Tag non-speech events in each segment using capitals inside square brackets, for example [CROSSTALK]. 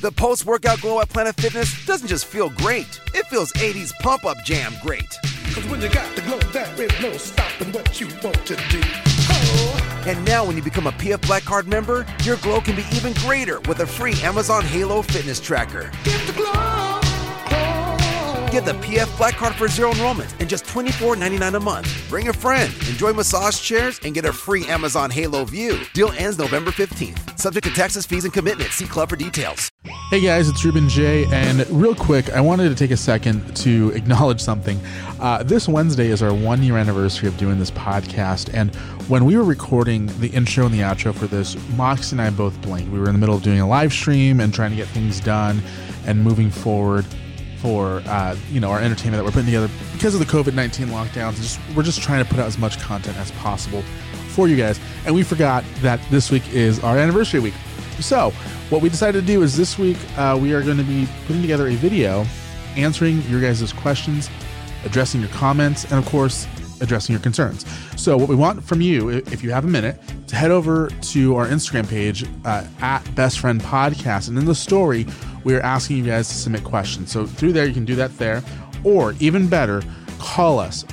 The post workout glow at Planet Fitness doesn't just feel great, it feels 80s pump up jam great. Cause when you got the glow, there is no stopping what you want to do. Oh, And now, when you become a PF Black Card member, your glow can be even greater with a free Amazon Halo fitness tracker. get the glow. Oh, Get the PF Black Card for zero enrollment and just $24.99 a month. Bring a friend, enjoy massage chairs, and get a free Amazon Halo View. Deal ends November 15th. Subject to taxes, fees, and commitment. See Club for details. Hey guys, it's Ruben J. And real quick, I wanted to take a second to acknowledge something. Uh, this Wednesday is our one year anniversary of doing this podcast. And when we were recording the intro and the outro for this, Moxie and I both blinked. We were in the middle of doing a live stream and trying to get things done and moving forward for uh, you know our entertainment that we're putting together because of the COVID nineteen lockdowns. Just, we're just trying to put out as much content as possible for you guys, and we forgot that this week is our anniversary week. So what we decided to do is this week uh, we are going to be putting together a video answering your guys' questions, addressing your comments, and of course addressing your concerns. So what we want from you, i- if you have a minute, to head over to our Instagram page uh, at Best Friend Podcast, and in the story, we are asking you guys to submit questions. So through there, you can do that there, or even better, call us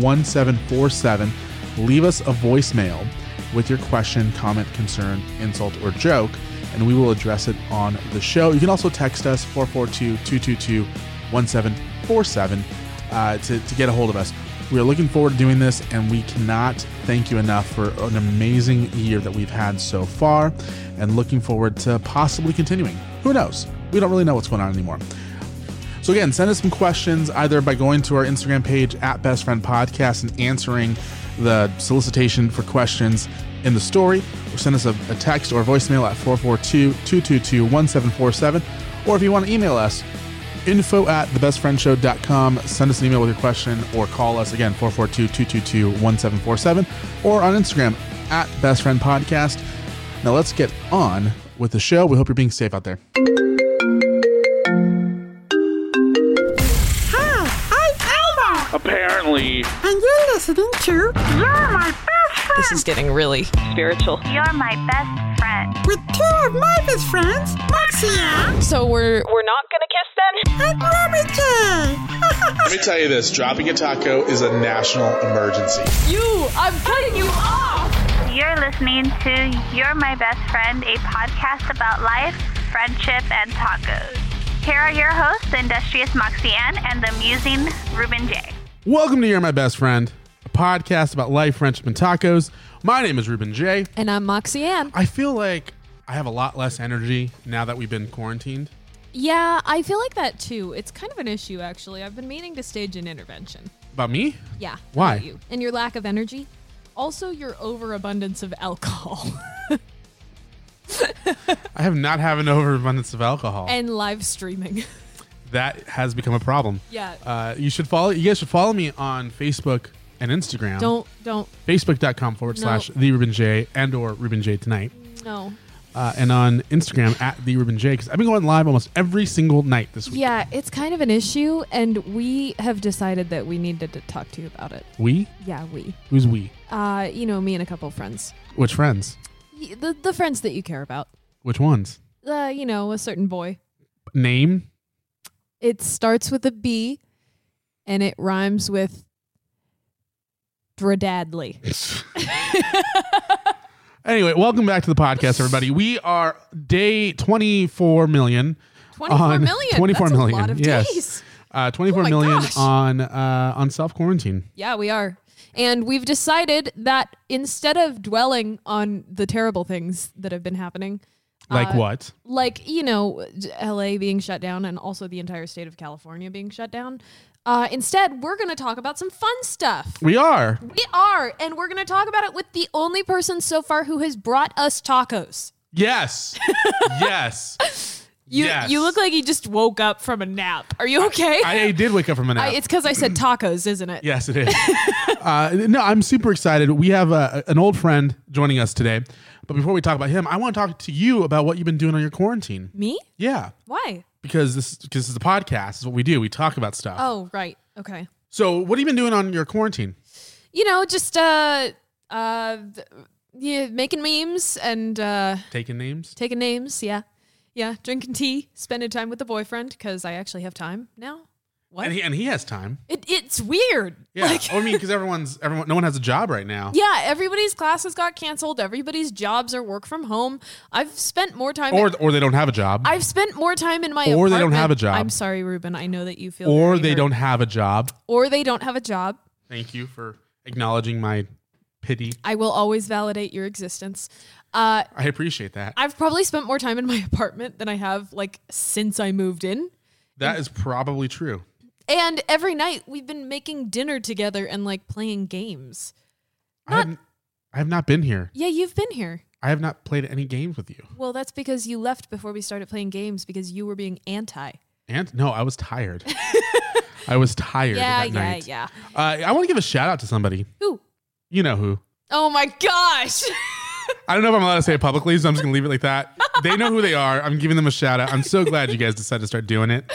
442-222-1747. Leave us a voicemail with your question, comment, concern, insult, or joke, and we will address it on the show. You can also text us 442 222 1747 uh, to get a hold of us. We are looking forward to doing this, and we cannot thank you enough for an amazing year that we've had so far, and looking forward to possibly continuing. Who knows? We don't really know what's going on anymore. So again, send us some questions either by going to our Instagram page at Best Friend Podcast and answering the solicitation for questions in the story, or send us a, a text or voicemail at 442-222-1747. Or if you want to email us, info at thebestfriendshow.com. Send us an email with your question or call us again, 442-222-1747, or on Instagram at Best Friend Podcast. Now let's get on with the show. We hope you're being safe out there. Hi, Ah, I'm Elmo, Apparently, and you're listening to You're My Best Friend This is getting really spiritual. You're my best friend. with two of my best friends, Moxia So we're we're not gonna kiss then? and Ruby J. [LAUGHS] Let me tell you this dropping a taco is a national emergency. You, I'm cutting you off. You're listening to You're My Best Friend, a podcast about life, friendship, and tacos. Here are your hosts, the industrious Moxie Ann and the amusing Ruben J. Welcome to You're My Best Friend, a podcast about life, friendship, and tacos. My name is Ruben J. And I'm Moxie Ann. I feel like I have a lot less energy now that we've been quarantined. Yeah, I feel like that too. It's kind of an issue, actually. I've been meaning to stage an intervention. About me? Yeah. how Why? about You. And your lack of energy. Also, your overabundance of alcohol [LAUGHS] I have not had an overabundance of alcohol. and live streaming. [LAUGHS] that has become a problem. Yeah. Uh, you should follow. You guys should follow me on Facebook and Instagram. Don't, don't, Facebook.com forward No. slash the Ruben J and or Ruben J tonight. no. Uh, and on Instagram at the Ruben J because I've been going live almost every single night this week. Yeah, it's kind of an issue, and we have decided that we needed to talk to you about it. We? Yeah, we. Who's we? Uh, you know, me and a couple friends. Which friends? Y- The, the friends that you care about. Which ones? Uh, you know, a certain boy. Name? It starts with a B and it rhymes with Dradadley. [LAUGHS] Anyway, welcome back to the podcast, everybody. We are day 24 million. 24 on- million. 24 That's a million, lot of yes. days. Uh, 24 Oh my million gosh. on uh, on self quarantine. Yeah, we are. And we've decided that instead of dwelling on the terrible things that have been happening, Like uh, what? Like, you know, d- LA being shut down and also the entire state of California being shut down. Uh, instead, we're going to talk about some fun stuff. We are. We are, and we're going to talk about it with the only person so far who has brought us tacos. [LAUGHS] Yes. yes. You Yes. you look like you just woke up from a nap. Are you okay? I did wake up from a nap. [LAUGHS] I- it's because [CLEARS THROAT] I said tacos, isn't it? yes, it [LAUGHS] is. uh, no, I'm super excited. We have uh an old friend joining us today. But before we talk about him, I want to talk to you about what you've been doing on your quarantine. Me? Yeah, Why? because this because this is a podcast. It's what we do. We talk about stuff. Oh, right. Okay. So, what have you been doing on your quarantine? You know, just uh, uh, th- yeah, making memes and uh, Taking names. taking names. Yeah, yeah, drinking tea, spending time with the boyfriend because I actually have time now. What? And he and he has time. it, it's weird. Yeah. Like- Oh, I mean, because everyone's everyone. No one has a job right now. [LAUGHS] yeah, everybody's classes got canceled. Everybody's jobs are work from home. I've spent more time. Or or they don't have a job. I've spent more time in my Or they don't apartment- have a job. I'm sorry, Ruben. I know that you feel. or very they hurt. don't have a job. Or they don't have a job. Thank you for acknowledging my pity. I will always validate your existence. Uh, I appreciate that. I've probably spent more time in my [LAUGHS] apartment than I have like since I moved in. that is probably true. And every night we've been making dinner together and like playing games. I, haven't, I have not been here. Yeah, you've been here. I have not played any games with you. Well, that's because you left before we started playing games because you were being anti. And no, I was [LAUGHS] tired. I was tired Yeah, that yeah, night. yeah. Uh, I want to give a shout out to somebody. Who? You know who. Oh my gosh. [LAUGHS] I don't know if I'm allowed to say it publicly, so I'm just gonna leave it like that. They know who they are. I'm giving them a shout out. I'm so glad you guys decided to start doing it.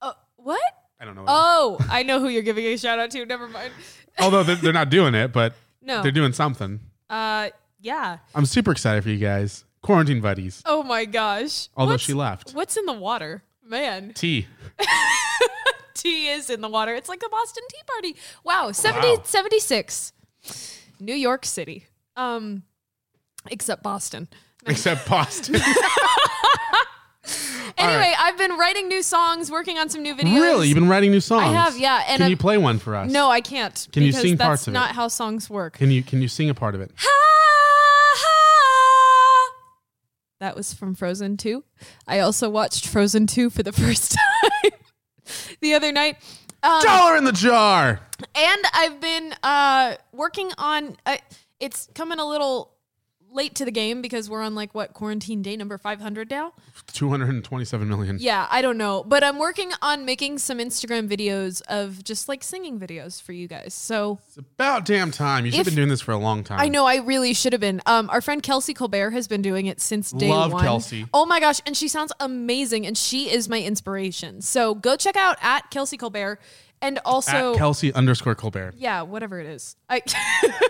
Uh, what? I don't know. Oh, I know who you're giving a shout out to. Never mind. Although they're, they're not doing it, but No. they're doing something. Uh, yeah. I'm super excited for you guys. Quarantine buddies. Oh my gosh. Although What's- she left. What's in the water? Man, [LAUGHS] T. tea is in the water. It's like the Boston Tea Party. Wow, 70, Wow. 76. New York City. Um, except Boston. Except Boston. Anyway, right. I've been writing new songs, working on some new videos. really? You've been writing new songs. I have, yeah, and can I'm- you play one for us? No, I can't. Can you because sing that's parts of it? not how songs work. Can you can you sing a part of it? That was from Frozen 2. I also watched Frozen 2 for the [LAUGHS] first time the other night. Um, Dollar in the jar. and I've been uh, working on. Uh, it's coming a little late to the game because we're on like what quarantine day number five hundred now. Two hundred and twenty-seven million. Yeah, I don't know, but I'm working on making some Instagram videos of just like singing videos for you guys. So It's about damn time. You should have If- been doing this for a long time. I know I really should have been. Um, our friend Kelsey Colbert has been doing it since day Love one. Kelsey. Oh my gosh, and she sounds amazing, and she is my inspiration. So go check out at Kelsey Colbert, and also At Kelsey underscore Colbert. yeah, whatever it is. I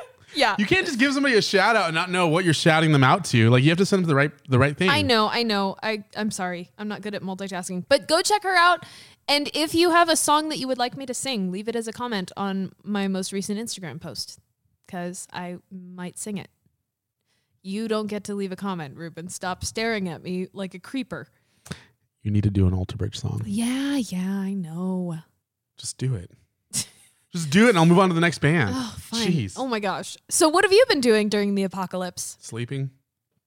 [LAUGHS] yeah. You can't just give somebody a shout out and not know what you're shouting them out to. Like you have to send them to the right the right thing. I know, I know. I, I'm sorry. I'm not good at multitasking. But go check her out. And if you have a song that you would like me to sing, leave it as a comment on my most recent Instagram post because I might sing it. You don't get to leave a comment, Ruben. Stop staring at me like a creeper. You need to do an Alter Bridge song. Yeah, yeah, I know. Just do it. just do it, and I'll move on to the next band. Oh, fine. Jeez. Oh my gosh. So, what have you been doing during the apocalypse? Sleeping.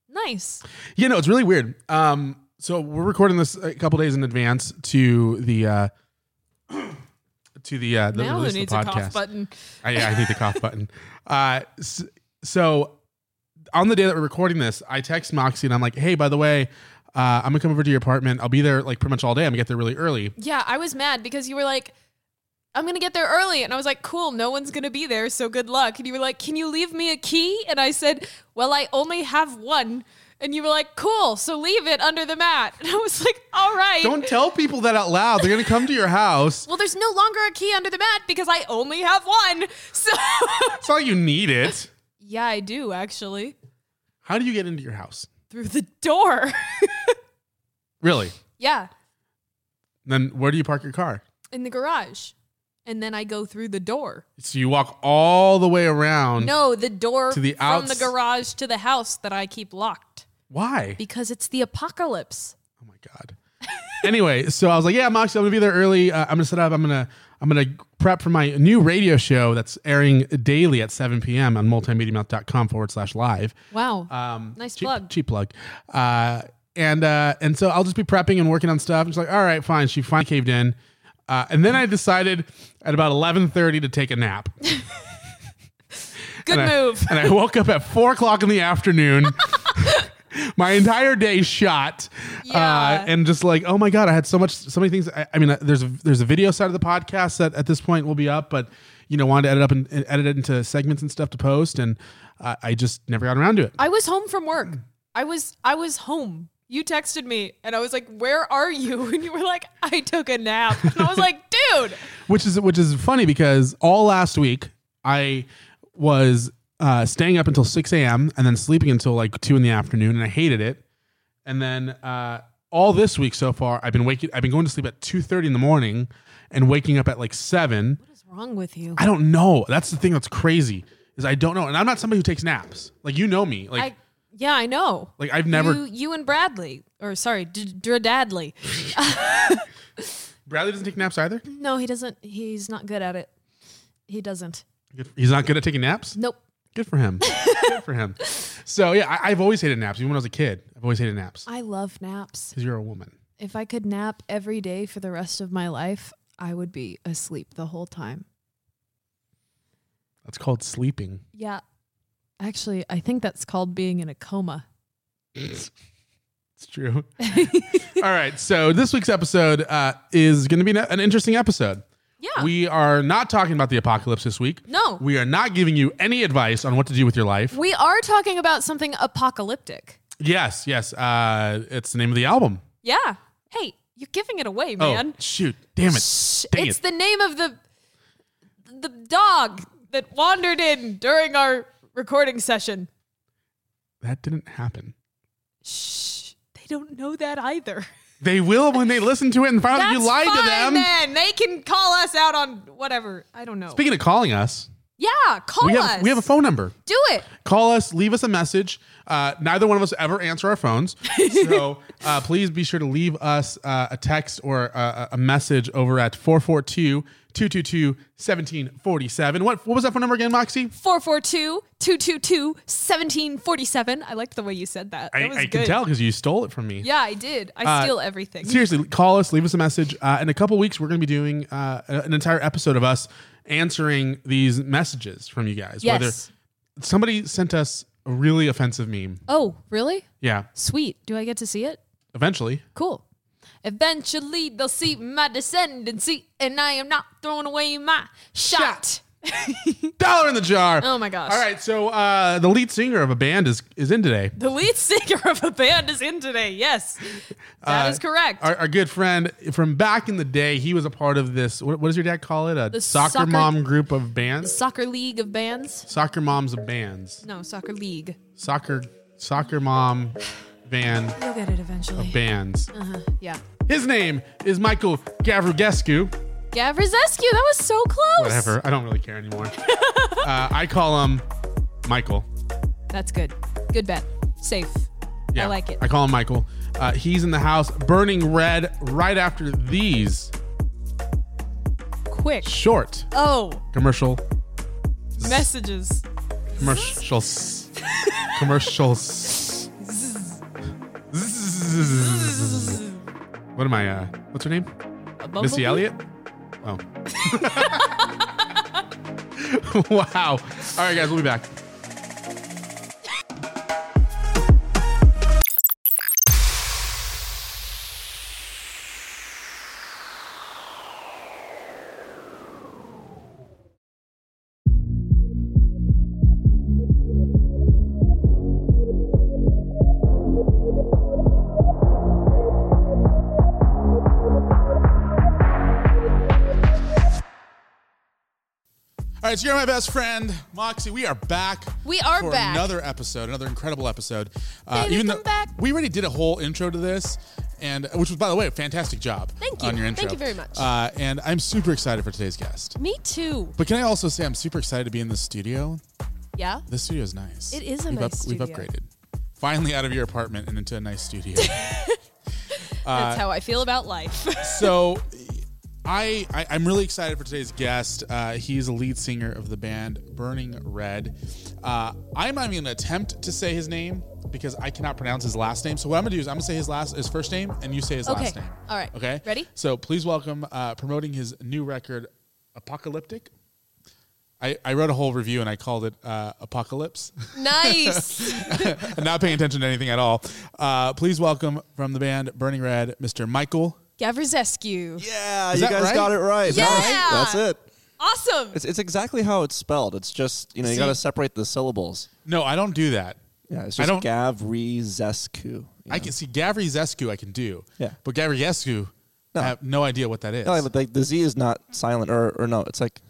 Nice. You know, it's really weird. Um, so we're recording this a couple days in advance to the uh, [CLEARS THROAT] to the uh, the now who release of needs the a podcast. cough button? I, yeah, I need the cough [LAUGHS] button. Uh, s- so on the day that we're recording this, I text Moxie and I'm like, "Hey, by the way, uh, I'm gonna come over to your apartment. I'll be there like pretty much all day. I'm gonna get there really early." Yeah, I was mad because you were like, I'm going to get there early. And I was like, cool, no one's going to be there, so good luck. And you were like, can you leave me a key? And I said, well, I only have one. And you were like, cool, so leave it under the mat. [LAUGHS] And I was like, all right. Don't tell people that out loud. They're gonna come to your house. well, there's no longer a key under the mat because I only have one. [LAUGHS] So, It's not like you need it. yeah, I do actually. How do you get into your house? Through the door. [LAUGHS] Really? yeah, Then where do you park your car? in the garage. And then I go through the door. So you walk all the way around. No, the door Um, To the from the outs- garage to the house that I keep locked. Why? Because it's the apocalypse. Oh my god. anyway, so I was like, yeah, Moxie, I'm gonna be there early. Uh, I'm gonna set up. I'm gonna I'm gonna prep for my new radio show that's airing daily at 7 p.m. on multimediamouth.com forward slash live. Wow. Um, Nice cheap, plug. Cheap plug. Uh, and uh, and so I'll just be prepping and working on stuff. And she's like, all right, fine. She finally caved in. Uh, and then I decided at about 11:30 to take a nap. Good and I- [LAUGHS] move. and I woke up at four o'clock in the [LAUGHS] afternoon. my entire day shot, Yeah. uh, and just like, oh my god, I had so much, so many things. I, I mean, uh, there's a, there's a video side of the podcast that at this point will be up, but you know, wanted to edit up and, and edit it into segments and stuff to post, and uh, I just never got around to it. I was home from work. I was I was home. You texted me and I was like, "Where are you?" [LAUGHS] And you were like, "I took a nap." And I was like, [LAUGHS] "Dude, which is which is funny because all last week I was uh, staying up until 6 a.m. and then sleeping until like 2 in the afternoon, and I hated it. And then uh, all this week so far, I've been waking, I've been going to sleep at 2:30 in the morning and waking up at like seven. What's wrong with you? I don't know. That's the thing that's crazy is I don't know, and I'm not somebody who takes naps. Like you know me, like I, yeah, I know. like I've never. you, you and Bradley, or sorry, D- Dradadley. Bradley doesn't take naps either. No, he doesn't. He's not good at it. He doesn't. Good- He's not good at taking naps. Nope. Good for him. good for [LAUGHS] him. So yeah, I, I've always hated naps. Even when I was a kid, I've always hated naps I love naps. because you're a woman. If I could nap every day for the rest of my life, I would be asleep the whole time. That's called sleeping. Yeah. Actually, I think that's called being in a coma. It's [LAUGHS] true. All right. So this week's episode uh, is going to be an- an interesting episode. Yeah. We are not talking about the apocalypse this week. No. We are not giving you any advice on what to do with your life. we are talking about something apocalyptic. Yes, yes. Uh, it's the name of the album. Yeah. Hey, you're giving it away, man. Oh, shoot. Damn it. Dang it's it. the name of the the dog that wandered in during our recording session. that didn't happen. Shh. They don't know that either. They will when they listen to it and find out that Oh, you lied to them. Then they can call us out on whatever. I don't know. Speaking of calling us, yeah, call we us. have, we have a phone number. Do it. Call us, leave us a message. Uh, neither one of us ever answer our [LAUGHS] phones. So uh, please be sure to leave us uh, a text or uh, a message over at 442 222 1747. What was that phone number again, Moxie? 442-222-1747. I liked the way you said that. That I, was I good. can tell because you stole it from me. Yeah, I did. I Uh, steal everything. Seriously, call us, leave us a message. Uh, in a couple weeks, we're going to be doing uh, a- an entire episode of us answering these messages from you guys. Yes. somebody sent us a really offensive meme. Oh, really? Yeah, Sweet. Do I get to see it? eventually. Cool. Eventually, they'll see my descendancy, and I am not throwing away my shot. Dollar in the jar. Oh my gosh. All right, so uh, the lead singer of a band is is in today. The lead singer of a band is in today. Yes, Uh, that is correct. Our, our good friend from back in the day, he was a part of this. What, what does your dad call it? A The soccer, soccer- mom group of bands. soccer league of bands? Soccer moms of bands. No, soccer league. Soccer soccer mom band You'll get it eventually. bands. Uh. Uh-huh. yeah. His name is Michael Gavrigescu. Gavrezescu, that was so close. Whatever. I don't really care [LAUGHS] anymore. uh, I call him Michael. That's good. Good bet. Safe. I like it. I call him Michael. Uh, he's in the house burning red right after these Quick. short Oh, commercial messages. commercials commercials. what am I? Uh, what's her name? A bumblebee? Missy Elliott? Oh. [LAUGHS] wow. All right, guys, we'll be back. All right, so you're my best friend, Moxie. We are back. We are for back. Another episode, another incredible episode. Uh, Baby, come back. we already did a whole intro to this, and uh, which was, by the way, a fantastic job. Thank you. on your Thank intro. you very much. Uh, and I'm super excited for today's guest. Me too. But can I also say I'm super excited to be in the studio? Yeah. This studio is nice. It is a we've nice We've studio. upgraded. Finally, out of your apartment and into a nice studio. [LAUGHS] That's how I feel about life. so I, I i'm really excited for today's guest uh, he's a lead singer of the band burning red uh, i'm not even gonna attempt to say his name because i cannot pronounce his last name so what i'm gonna do is i'm gonna say his last his first name and you say his Okay. last name All right. okay Ready? so please welcome uh, promoting his new record apocalyptic I, I wrote a whole review and I called it uh, Apocalypse. [LAUGHS] nice. I'm not paying attention to anything at all. Uh, please welcome from the band Burning Red, Mr. Michael Gavrezescu. Yeah, Is you that guys right? got it right. Yeah! That's, that's it. Awesome. It's, it's exactly how it's spelled. It's just, you know, you See- got to separate the syllables. No, I don't do that. Yeah, it's I just don't- Gavrizescu. you I know? can see Gavriescu. I can do. Yeah. but Gavriescu, No. I have no idea what that is. No, like, like the Z is not silent, or, or no, it's like,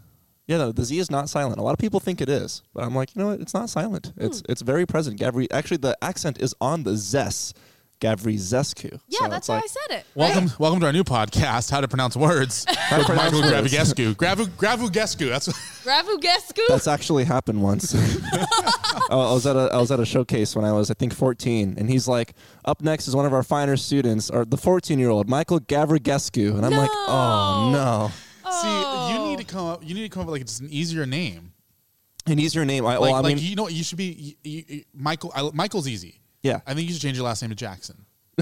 Yeah, no, the Z is not silent. A lot of people think it is, but I'm like, you know what? It's not silent. Hmm. It's it's very present. Gavri, actually, the accent is on the zes, Gavri Zescu. Yeah, So that's it's why like, I said it. Welcome, [LAUGHS] welcome to our new podcast, How to Pronounce [LAUGHS] Words with pronounce Michael words. Gravugescu. Gravu Gravugescu. That's [LAUGHS] Gravugescu. [LAUGHS] That's actually happened [LAUGHS] once. [LAUGHS] Oh, I was at a I was at a showcase when I was I think 14, and he's like, up next is one of our finer students, or the 14 year old Michael Gavrigescu, and I'm like, oh no. see. You need to come up. You need to come up with like just an easier name. And he's your name. I, Like, well, I like mean, you know, what, you should be you, you, Michael. I, Michael's easy. Yeah. I think you should change your last name to Jackson. [LAUGHS]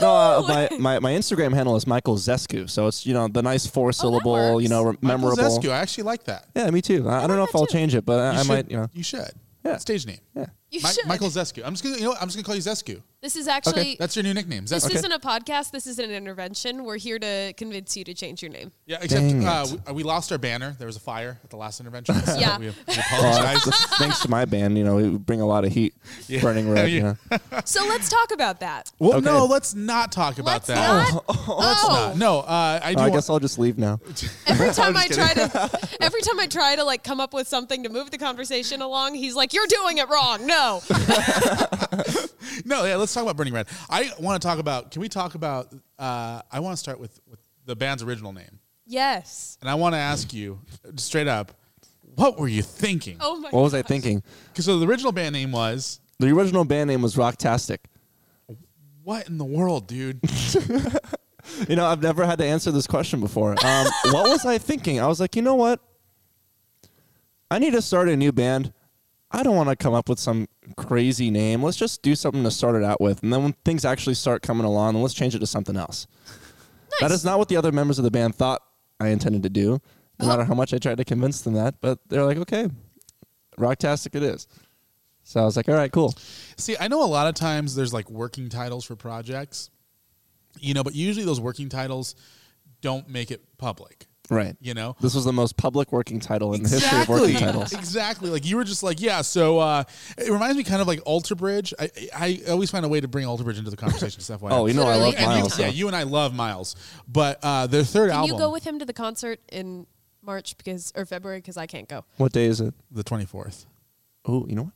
no, uh, my, my my Instagram handle is Michael Zescu, so it's you know the nice four syllable, works. you know, re- Oh, Michael memorable. Zescu. I actually like that. Yeah, me too. I, I don't know if I'll change it, but I, You I should- might. You know, You should. Yeah. Stage name. yeah. You Mi- should. Michael Zescu. I'm just gonna. You know, what? I'm just gonna call you Zescu. This is actually That's your new nickname. This Zescu. isn't a podcast. This is an intervention. We're here to convince you to change your name. Yeah, except Dang uh, it. we, we lost our banner. There was a fire at the last intervention. [LAUGHS] so Yeah. we, we Well, [LAUGHS] apologize. that's- thanks to my band, you know, we bring a lot of heat, burning red. You Yeah. know. Oh, So let's talk about that. well, okay. no, let's not talk Let's about that. [LAUGHS] not. Let's Oh, not. No, uh, I do. Oh, I want- guess I'll just leave now. Every time I try to, every time I try to like come up with something to move the conversation along, he's like, "You're doing it wrong." No. no, yeah, let's talk about Burning Red. I want to talk about. Can we talk about? Uh, I want to start with, with the band's original name, yes. and I want to ask you straight up, what were you thinking? Oh my. What was I thinking? Because so the original band name was The original band name was Rocktastic. what in the world, dude? You know, I've never had to answer this question before. Um, what was I thinking? I was like, you know what? I need to start a new band. I don't want to come up with some crazy name. Let's just do something to start it out with. And then when things actually start coming along, then let's change it to something else. That is not what the other members of the band thought I intended to do, no matter how much I tried to convince them that. But they're like, okay, Rocktastic it is. So I was like, all right, cool. See, I know a lot of times there's like working titles for projects, you know, but usually those working titles don't make it public. Right. You know? This was the most public working title in the history of working [LAUGHS] titles. Exactly. Like you were just like, yeah. So uh, it reminds me kind of like Alter Bridge. I, I I always find a way to bring Alter Bridge into the conversation. Stuff. [LAUGHS] Oh, you know, I love Literally every Miles. yeah, so- you and I love Miles, but uh, their third Can album, you go with him to the concert in March because or February because I can't go. What day is it? the twenty fourth. Oh, you know what?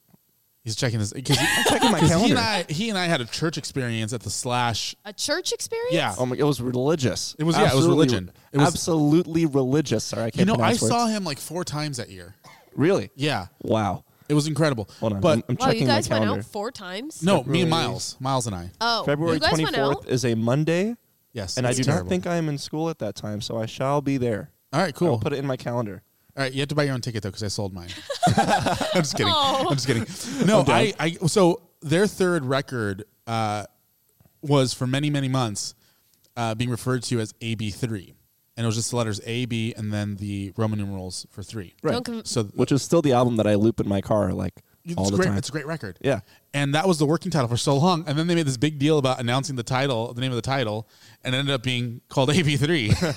He's checking his because [LAUGHS] he, Checking [LAUGHS] my 'cause he calendar. and I he and I had a church experience at the Slash. A church experience. Yeah, oh my, it was religious. It was- yeah, it was religion. It was- absolutely religious. Sorry, I can't. you know, I pronounce saw words. him like four times that year. Really? Oh. Yeah, Wow. it was incredible. Hold on. but I'm, I'm Wow, checking you guys my went calendar. out four times. no, me February- and Miles, Miles and I. Oh, February you guys went out? 24th is a Monday, Yes, and I it's do terrible. not think I am in school at that time, so I shall be there. All right, I'll cool. put it in my calendar. All right, you have to buy your own ticket though, because I sold [LAUGHS] mine. [LAUGHS] I'm just kidding. I'm just kidding. No, I, I. So their third record uh, was for many, many months uh, being referred to as AB3, and it was just the letters AB and then the Roman numerals for three. Right. Don't conv- So Which is still the album that I loop in my car like It's all the great. time. It's a great record. Yeah. And that was the working title for so long. And then they made this big deal about announcing the title, the name of the title, and it ended up being called AB3.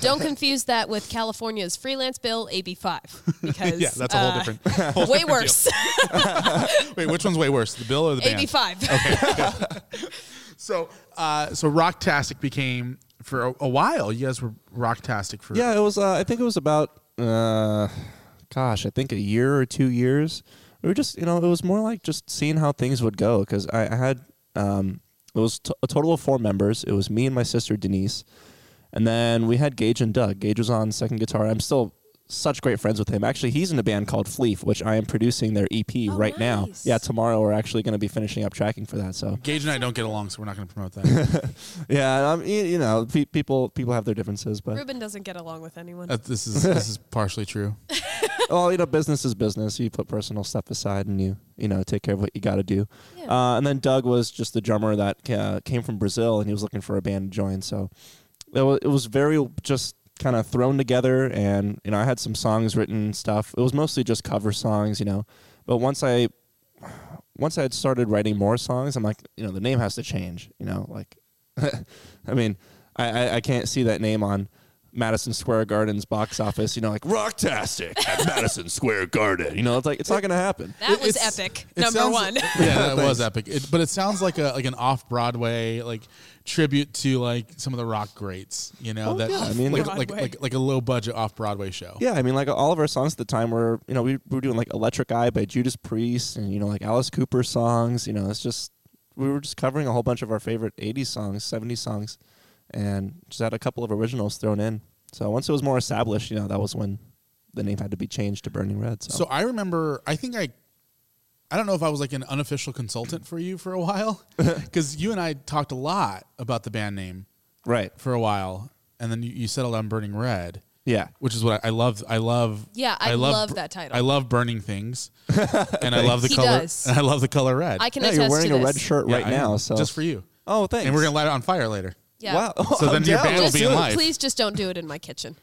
[LAUGHS] Don't confuse that with California's freelance bill [LAUGHS] AB5 because [LAUGHS] yeah, that's a whole uh, different. [LAUGHS] whole way different deal. worse. [LAUGHS] Wait, which one's way worse, the bill or the band? AB5. [LAUGHS] [LAUGHS] So, uh, so Rocktastic became for a, a while. You guys were Rocktastic for Yeah, it was. Uh, I think it was about, uh, gosh, I think a year or two years. We were just, you know, it was more like just seeing how things would go because I, I had, um, it was t- a total of four members. It was me and my sister Denise, and then we had Gage and Doug. Gage was on second guitar. I'm still such great friends with him. Actually, he's in a band called Fleef, which I am producing their EP right now. nice. Yeah, tomorrow we're actually going to be finishing up tracking for that. So Gage and I don't get along, so we're not going to promote that. [LAUGHS] yeah, um, you, you know, pe- people people have their differences, but Ruben doesn't get along with anyone. Uh, this is this is partially true. well, you know, business is business. You put personal stuff aside and you, you know, take care of what you got to do. Uh, and then Doug was just the drummer that uh, came from Brazil and he was looking for a band to join. So it was, it was very just kind of thrown together. And, you know, I had some songs written and stuff. It was mostly just cover songs, you know. But once I once I had started writing more songs, I'm like, you know, the name [LAUGHS] has to change. You know, like, I mean, I, I, I can't see that name on Madison Square Garden's box office. You know, like Rocktastic at Madison Square Garden. You know, it's like it's not going to happen. That was epic. It Number sounds- [LAUGHS] one. [LAUGHS] Yeah, that was Thanks. epic. It, but it sounds like a like an off Broadway like tribute to like some of the rock greats. You know that Oh, yeah, I mean- like, like Broadway. like like a low budget off Broadway show. Yeah, I mean, like all of our songs at the time were, you know, we were doing like Electric Eye by Judas Priest and, you know, like Alice Cooper songs. You know, it's just, we were just covering a whole bunch of our favorite 80s songs, 70s songs, and just had a couple of originals thrown in. So once it was more established, you know, that was when the name had to be changed to Burning Red. So So, I remember. I think I. I don't know if I was like an unofficial consultant for you for a [LAUGHS] while, because you and I talked a lot about the band name, right, for a while, and then you, you settled on Burning Red. Yeah, which is what I, I love. I love. Yeah, I love that title. I love burning [LAUGHS] things, and I love the He color. does. And I love the color red. I can yeah, you're attest wearing to a this. red shirt Yeah, right I am. now. So just for you. Oh, thanks. And we're gonna light it on fire later. Yeah. Wow. [LAUGHS] So then your Yeah, band will let's be do in it. life. Please just don't do it in my kitchen.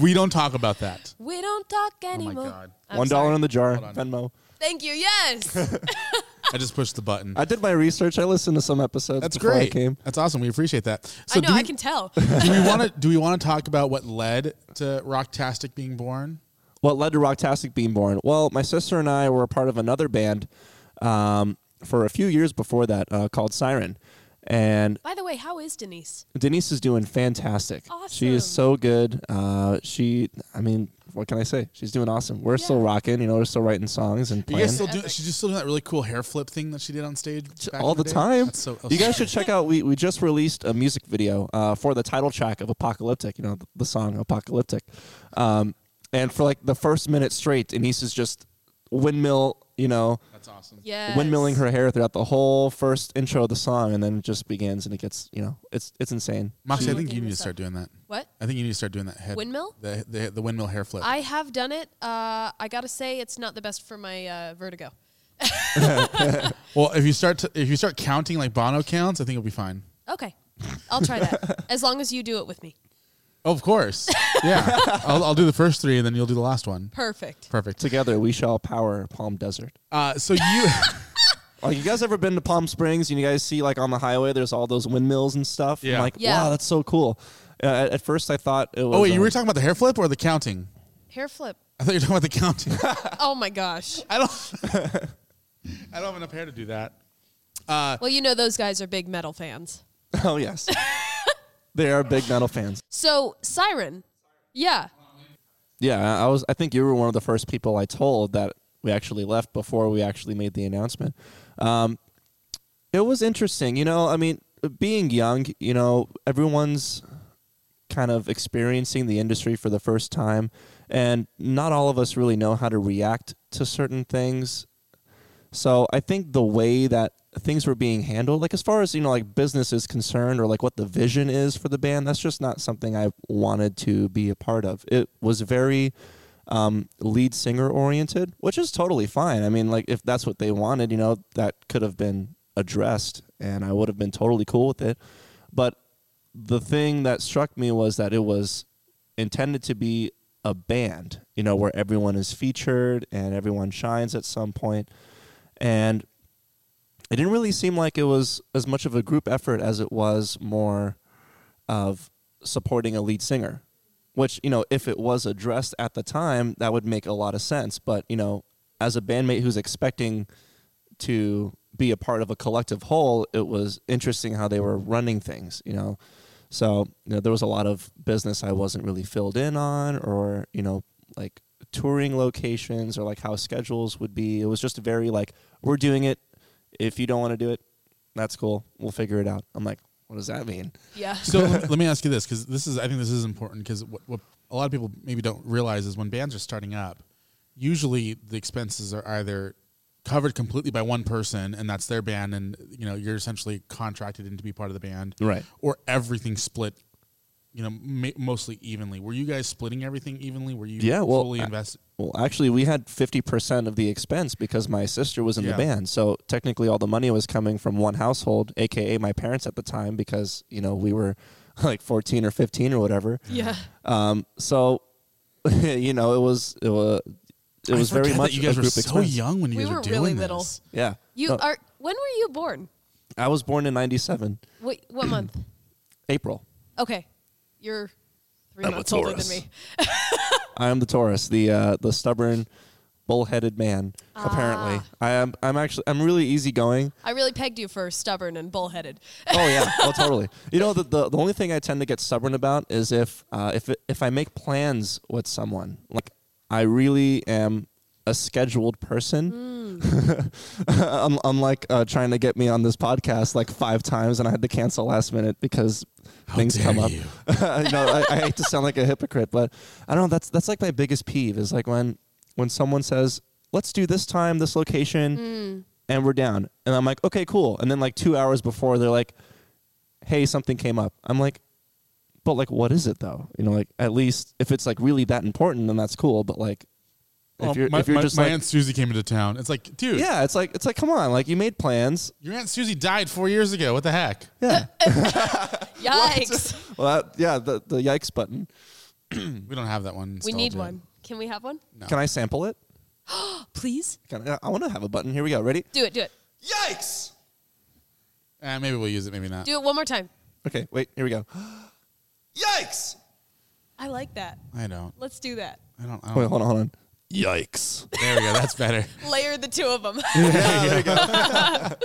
we don't talk about that. We don't talk anymore. I'm One sorry. dollar in the jar, on. Venmo. Thank you. [LAUGHS] Yes. I just pushed the button. I did my research. I listened to some episodes That's before I great. came. That's awesome. We appreciate that. I know. do we, I can [LAUGHS] tell. do we want to do we want to talk about what led to Rocktastic being born? What led to Rocktastic being born? Well, my sister and I were a part of another band um, for a few years before that uh, called Siren. And By the way, how is Denise? Denise is doing fantastic. She is Awesome. so good. Uh, she, I mean, what can I say? She's doing awesome. We're still rocking. You know, we're still writing songs and You playing guys still do? She's just still doing that really cool hair flip thing that she did on stage back all in the, the, day? time. That's so, you guys should check out. We, we just released a music video uh, for the title track of Apocalyptic. You know the, the song Apocalyptic, um, and for like the first minute straight, Denise is just windmill. You know, That's awesome. Yes. windmilling her hair throughout the whole first intro of the song, and then it just begins, and it gets you know, it's it's insane. Moxie, I She- think you need to start doing that. What? I think you need to start doing that head Windmill? The the, the windmill hair flip. I have done it. Uh, I gotta say, it's not the best for my uh, vertigo. well, if you start to, if you start counting like Bono counts, I think it'll be fine. Okay, I'll try that [LAUGHS] as long as you do it with me. Oh, [LAUGHS] Of course, yeah. I'll, I'll do the first three, and then you'll do the last one. Perfect. Perfect. Together we shall power Palm Desert. Uh, so [LAUGHS] you, Oh, you guys ever been to Palm Springs and you guys see like on the highway there's all those windmills and stuff? Yeah. I'm like, Yeah. wow, that's so cool. Uh, at, at first I thought it was oh wait, you um, were talking about the hair flip or the counting? Hair flip. I thought you were talking about the [LAUGHS] counting. Oh my [LAUGHS] gosh. Uh. I don't, I don't have enough hair to do that. Well, you know those guys are big metal fans. Oh yes. [LAUGHS] they are big metal fans. So Siren. Yeah. Yeah, I I was I think you were one of the first people I told that we actually left before we actually made the announcement. Um, it was interesting, you know, I mean, being young, you know, everyone's kind of experiencing the industry for the first time and not all of us really know how to react to certain things So I think the way that things were being handled, like as far as you know, like business is concerned, or like what the vision is for the band, that's just not something I wanted to be a part of. It was very um, lead singer oriented, which is totally fine. I mean, like if that's what they wanted, you know, that could have been addressed, and I would have been totally cool with it. But the thing that struck me was that it was intended to be a band, you know, where everyone is featured and everyone shines at some point and it didn't really seem like it was as much of a group effort as it was more of supporting a lead singer which you know if it was addressed at the time that would make a lot of sense but you know as a bandmate who's expecting to be a part of a collective whole it was interesting how they were running things you know so you know there was a lot of business i wasn't really filled in on or you know like touring locations or like how schedules would be it was just very like we're doing it if you don't want to do it that's cool we'll figure it out i'm like what does that mean Yeah. So [LAUGHS] let let me ask you this, because this is I think this is important because what, what a lot of people maybe don't realize is when bands are starting up, usually the expenses are either covered completely by one person and that's their band, and you know you're essentially contracted in to be part of the band, Right. Or everything split, you know, ma- mostly evenly. Were you guys splitting everything evenly? Were you Yeah, well, fully I- invested? Well, actually, we had 50% of the expense because my sister was in Yeah. the band. So technically, all the money was coming from one household, AKA my parents at the time, because, you know, we were [LAUGHS] like 14 or 15 or whatever. Yeah. Um, so, [LAUGHS] you know, it was, it was, it was very much you guys a were group so expense. young when you We guys were doing really this. little. Yeah. You No, are. When were you born? I was born in 97, Wait, what month? April. Okay. You're Three I'm a months older than Taurus. me. I am the Taurus, the uh, the stubborn, bullheaded man. Apparently, I am. I'm actually. I'm really easygoing. I really pegged you for stubborn and bullheaded. Oh yeah, oh totally. You know the, the the only thing I tend to get stubborn about is if uh, if it- if I make plans with someone, like I really am a scheduled person. [LAUGHS] Un- Unlike uh, trying to get me on this podcast like five times, and I had to cancel last minute because things come up. [LAUGHS] You. know, I, I hate to sound like a hypocrite, but I don't know. That's that's like my biggest peeve is like when when someone says, "Let's do this time, this location." and we're down. And I'm like, okay, cool. And then like two hours before, they're like, hey, something came up. I'm like, but like, what is it though? You know, like at least if it's like really that important, then that's cool. But like, if Oh, you're my, if you're my- just my like, aunt Susie came into town. It's like, dude, yeah, it's like it's like come on, like you made plans. your aunt Susie died four years ago. What the heck? Yikes. Well, that, yeah, the the yikes button. We don't have that one. we installed need yet. one. Can we have one? Oh, Can I sample it? Please? Can I, I want to have a button. Here we go. Ready? Do it, do it. Yikes. Eh, maybe we'll use it. Maybe not. Do it one more time. Okay, wait. Here we go. yikes. I like that. I don't. Let's do that. I don't. I don't. Wait, hold on, hold on. Yikes. There we go. That's better. Layer the two of them. [LAUGHS]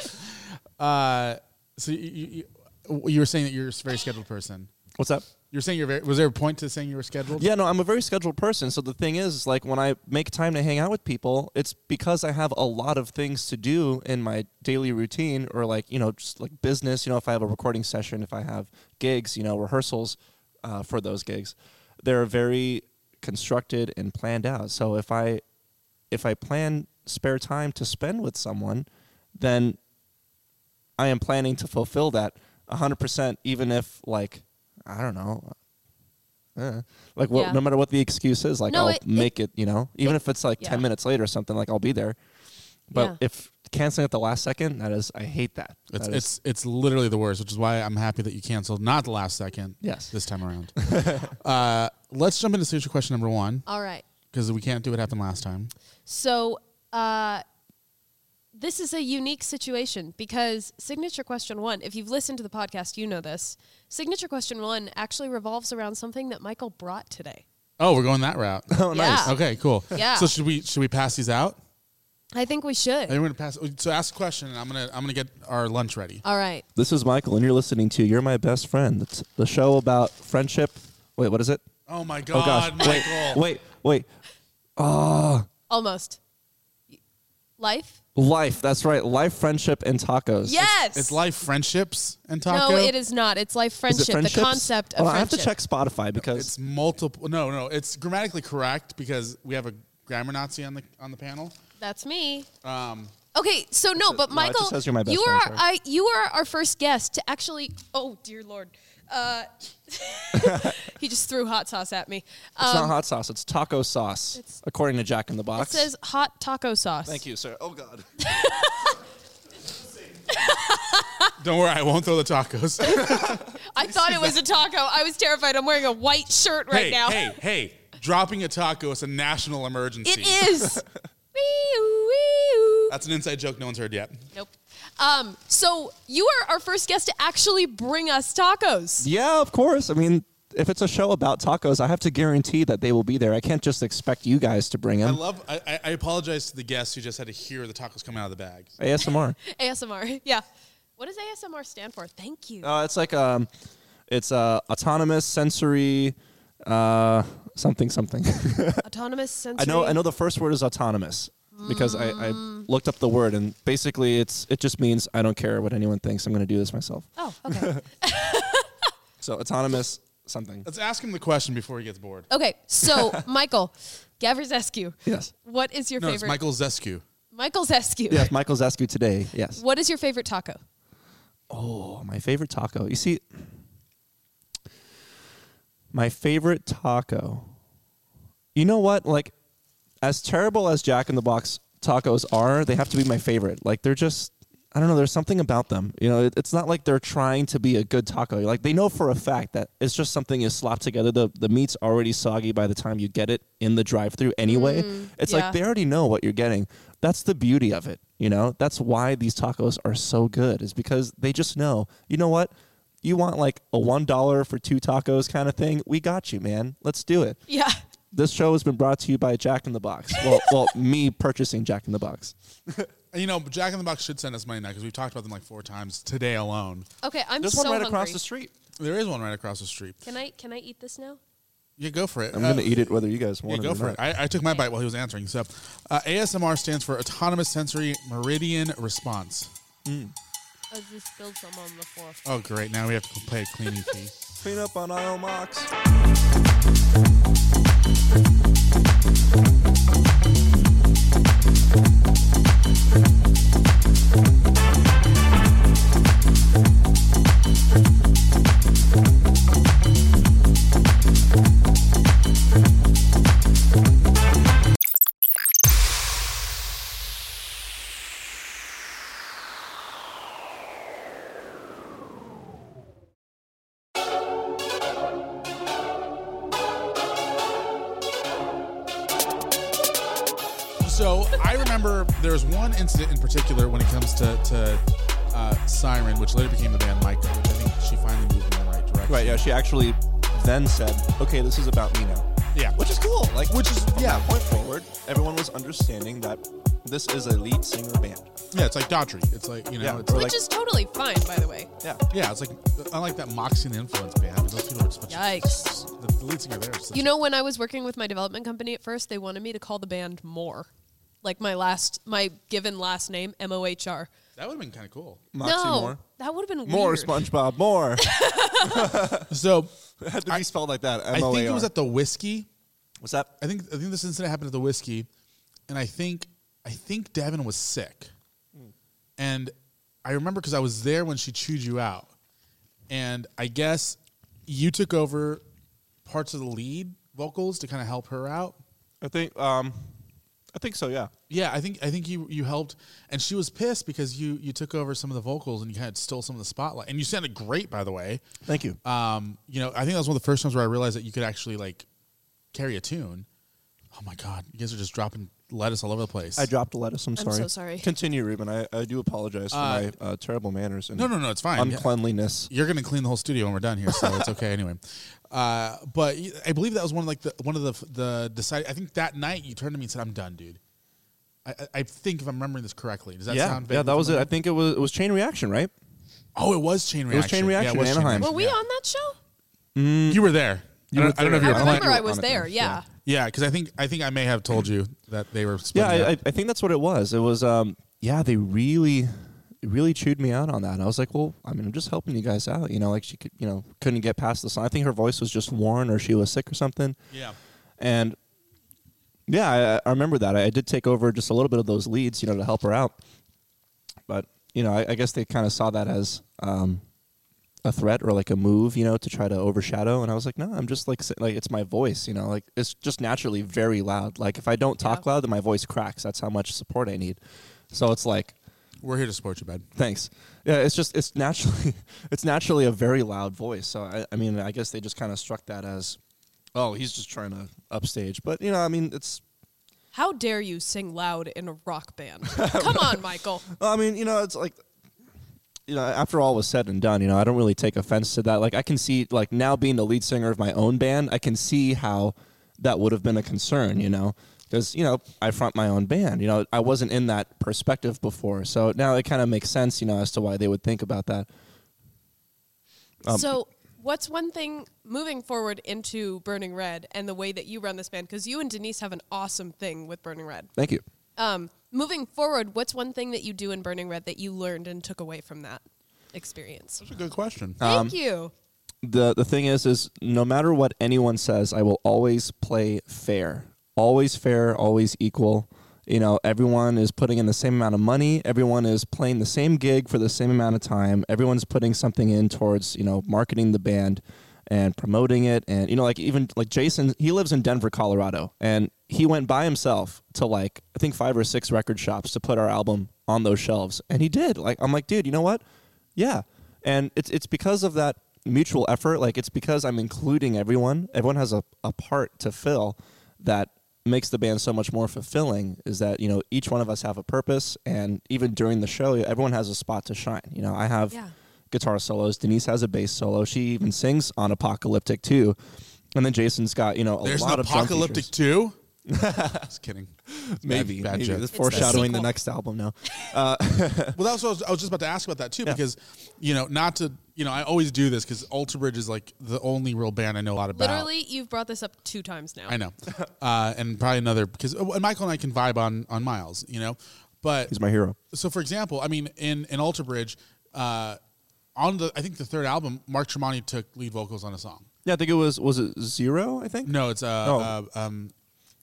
Uh, so you, you, you- you were saying that you're a very scheduled person. What's up? You're saying you're very. Was there a point to saying you were scheduled? Yeah, no, I'm a very scheduled person. So the thing is, like, when I make time to hang out with people, it's because I have a lot of things to do in my daily routine or, like, you know, just like business. You know, if I have a recording session, if I have gigs, you know, rehearsals uh, for those gigs, they're very constructed and planned out. So if I, if I plan spare time to spend with someone, then I am planning to fulfill that 100%, even if, like, I don't know, Eh. Like what, Yeah. no matter what the excuse is, like No, I'll it- it- make it, you know, even if it's like yeah. ten minutes later or something, like I'll be there. But Yeah. if canceling at the last second, that is, I hate that. It's, That is- it's it's literally the worst, which is why I'm happy that you canceled not the last second. Yes. This time [LAUGHS] around. uh, let's jump into social question number one All right. because we can't do what happened last time. So, uh, this is a unique situation because signature question one, if you've listened to the podcast, you know this. Signature question one actually revolves around something that Michael brought today. Oh, we're going that route. Oh, nice. Yeah. Okay, cool. Yeah. So should we should we pass these out? I think we Are should. you gonna pass? So ask a question, and I'm gonna I'm gonna get our lunch ready. All right. this is Michael, and you're listening to "You're My Best Friend." It's the show about friendship. Wait, what is it? Oh my oh gosh, God, Michael! wait, wait, wait. Uh, Almost. Life? Life. That's right. Life, friendship, and tacos. Yes. It's life, friendships, and taco. No, it is not. It's life Is friendship. it friendships? The concept of Hold on, I have friendship. to check Spotify because It's multiple. No, no, it's grammatically correct because we have a grammar Nazi on the on the panel. That's me. Um, Okay, so no, but no, it just Michael, says you're my best you friend, are sorry. I, you are our first guest to actually. Oh dear lord, uh, [LAUGHS] he just threw hot sauce at me. it's not hot sauce. It's taco sauce, according to Jack in the Um, It Box. says hot taco sauce. Thank you, sir. Oh God. don't worry, I won't throw the tacos. I thought it was a taco. I was terrified. I'm wearing a white shirt [LAUGHS] right hey, now. hey, hey! Dropping a taco is a national emergency. It [LAUGHS] is. Wee-oo, wee-oo. That's an inside joke no one's heard yet. Nope. Um, so you are our first guest to actually bring us tacos. [LAUGHS] Yeah, of course. I mean, if it's a show about tacos, I have to guarantee that they will be there. I can't just expect you guys to bring I [LAUGHS] them. love. I, I- I apologize to the guests who just had to hear the tacos coming out of the bag. ASMR. ASMR. Yeah. What does ASMR stand for? Thank you. uh, it's like um, it's uh, autonomous sensory, uh, something something. [LAUGHS] Autonomous sensory. I know. I know the first word is autonomous because I, I Mm. looked up the word and basically it's it just means I don't care what anyone thinks. I'm going to do this myself. [LAUGHS] Oh, okay. So autonomous [LAUGHS] something. Let's ask him the question before he gets bored. Okay, so Michael, Gavers Eskew. Yes. What is your no, it's favorite? Michael Zescu. Michael's Eskew. Yes, Michael's asked you today. Yes. What is your favorite taco? Oh, my favorite taco. You see, my favorite taco. You know what? Like, as terrible as Jack in the Box tacos are, they have to be my favorite. Like, they're just, I don't know, there's something about them. You know, it, it's not like they're trying to be a good taco. Like, they know for a fact that it's just something you slop together. The, the meat's already soggy by the time you get it in the drive through anyway. it's yeah. like they already know what you're getting. That's the beauty of it. You know, that's why these tacos are so good, is because they just know, you know what? you want like a $1 for two tacos kind of thing, we got you, man. Let's do it. Yeah. This show has been brought to you by Jack in the Box. [LAUGHS] Well, well, me purchasing Jack in the Box. You know, Jack in the Box should send us money now because we've talked about them like four times today alone. Okay, I'm There's so one right hungry. across the street. There is one right across the street. Can I can I eat this now? Yeah, go for it. Uh, I'm gonna eat it whether you guys want yeah, it go or for not. it. I, I took my bite while he was answering. So, uh, ASMR stands for Autonomous Sensory Meridian Response. I just spilled some on the floor. Oh, great! Now we have to play a clean E EP. Clean up on aisle mocks. So I remember there was one incident in particular when it comes to, to uh, Siren, which later became the band Micah, which I think she finally moved in the right direction. Right, yeah, she actually then said, okay, this is about me now. Yeah. Which is cool. Like, which is, yeah, point forward. Everyone was understanding that this is a lead singer band. Yeah, it's like Daughtry. It's like, you know, Yeah, it's or like, Which is totally fine, by the way. Yeah. yeah, it's like, I like that Moxie and the Influence band. but Those people are just much, Yikes. The lead singer there. is such- You know, when I was working with my development company at first, they wanted me to call the band More, like my last, my given last name, M O H R. that would have been kind of cool. Moxie No, more. that would have been More weird. SpongeBob, [LAUGHS] more. So it had to be spelled like that. I M O A R. think it was at the Whiskey. What's that? I think I think this incident happened at the whiskey, and I think I think Devin was sick, and I remember because I was there when she chewed you out, and I guess you took over parts of the lead vocals to kind of help her out. I think, um, I think so, yeah. Yeah, I think I think you you helped, and she was pissed because you you took over some of the vocals and you kind of stole some of the spotlight, and you sounded great by the way. Thank you. Um, you know, I think that was one of the first times where I realized that you could actually like carry a tune. Oh my god, you guys are just dropping lettuce all over the place. I dropped a lettuce. I'm sorry. so sorry. Continue, Ruben. I, I do apologize for my uh, terrible manners and No, no, no, it's fine. uncleanliness. You're gonna clean the whole studio when we're done here, so it's [LAUGHS] okay anyway. Uh, but y- I believe that was one of like the one of the the decide. I think that night you turned to me and said, "I'm done, dude." I, I- I think if I'm remembering this correctly, does that yeah, sound? yeah, that was it. I think it was it was Chain Reaction, right? Oh, it was chain It was reaction. Chain Reaction yeah, it was in Chain Anaheim. Were Reaction, we yeah. on that show? You were there. You I, were don't, I don't know if you there. were I Yeah, playing. remember I on was it, there. Yeah. yeah. Yeah, because I think I think I may have told you that they were. Yeah, splitting I, I up. I think that's what it was. It was, um, yeah, they really, really chewed me out on that. And I was like, well, I mean, I'm just helping you guys out. You know, like she could, you know, couldn't get past the sign. I think her voice was just worn, or she was sick or something. yeah. And yeah, I, I remember that. I, I did take over just a little bit of those leads, you know, to help her out. But you know, I, I guess they kind of saw that as um, a threat or like a move, you know, to try to overshadow. And I was like, no, I'm just like si- like it's my voice, you know, like it's just naturally very loud. Like if I don't talk loud, then my voice cracks. That's how much support I need. So it's like We're here to support you, bud. Thanks. Yeah, it's just it's naturally [LAUGHS] it's naturally a very loud voice. So I, I mean, I guess they just kind of struck that as, oh, he's just trying to upstage. But you know, I mean, it's How dare you sing loud in a rock [LAUGHS] band? Come on, Michael. I mean, you know, it's like, you know, after all was said and done, you know, I don't really take offense to that. Like I can see, like now being the lead singer of my own band, I can see how that would have been a concern. You know, because you know I front my own band. You know, I wasn't in that perspective before, so now it kind of makes sense. You know, as to why they would think about that. Um, so, what's one thing moving forward into Burning Red and the way that you run this band? Because you and Denise have an awesome thing with Burning Red. Thank you. Um, moving forward, what's one thing that you do in Burning Red that you learned and took away from that experience? That's a good question. Um, Thank you. the the thing is is no matter what anyone says i will always play fair always fair always equal you know everyone is putting in the same amount of money everyone is playing the same gig for the same amount of time everyone's putting something in towards you know marketing the band and promoting it and you know like even like jason he lives in denver colorado and he went by himself to like i think five or six record shops to put our album on those shelves and he did like i'm like dude you know what yeah, and it's it's because of that mutual effort. Like it's because I'm including everyone. Everyone has a, a part to fill that makes the band so much more fulfilling. Is that you know each one of us have a purpose, and even during the show, everyone has a spot to shine. You know, I have Yeah. guitar solos. Denise has a bass solo. She even sings on Apocalyptic too. And then Jason's got you know a There's an lot of drum Apocalyptic features. [LAUGHS] two. Just kidding. Maybe, Bad, bad maybe. joke. That's foreshadowing the, sequel. next album now. well, that's what I was, I was just about to ask about that too, because you know, not to you know, I always do this because Ultra Bridge is like the only real band I know a lot about. Literally, you've brought this up two times now. I know, [LAUGHS] uh, and probably another because oh, and Michael and I can vibe on on Miles, you know, but He's my hero. So, for example, I mean, in in Alter Bridge, uh, on the I think the third album, Mark Tremonti took lead vocals on a song. Yeah, I think it was was it zero? I think. No, it's uh, Oh. uh um,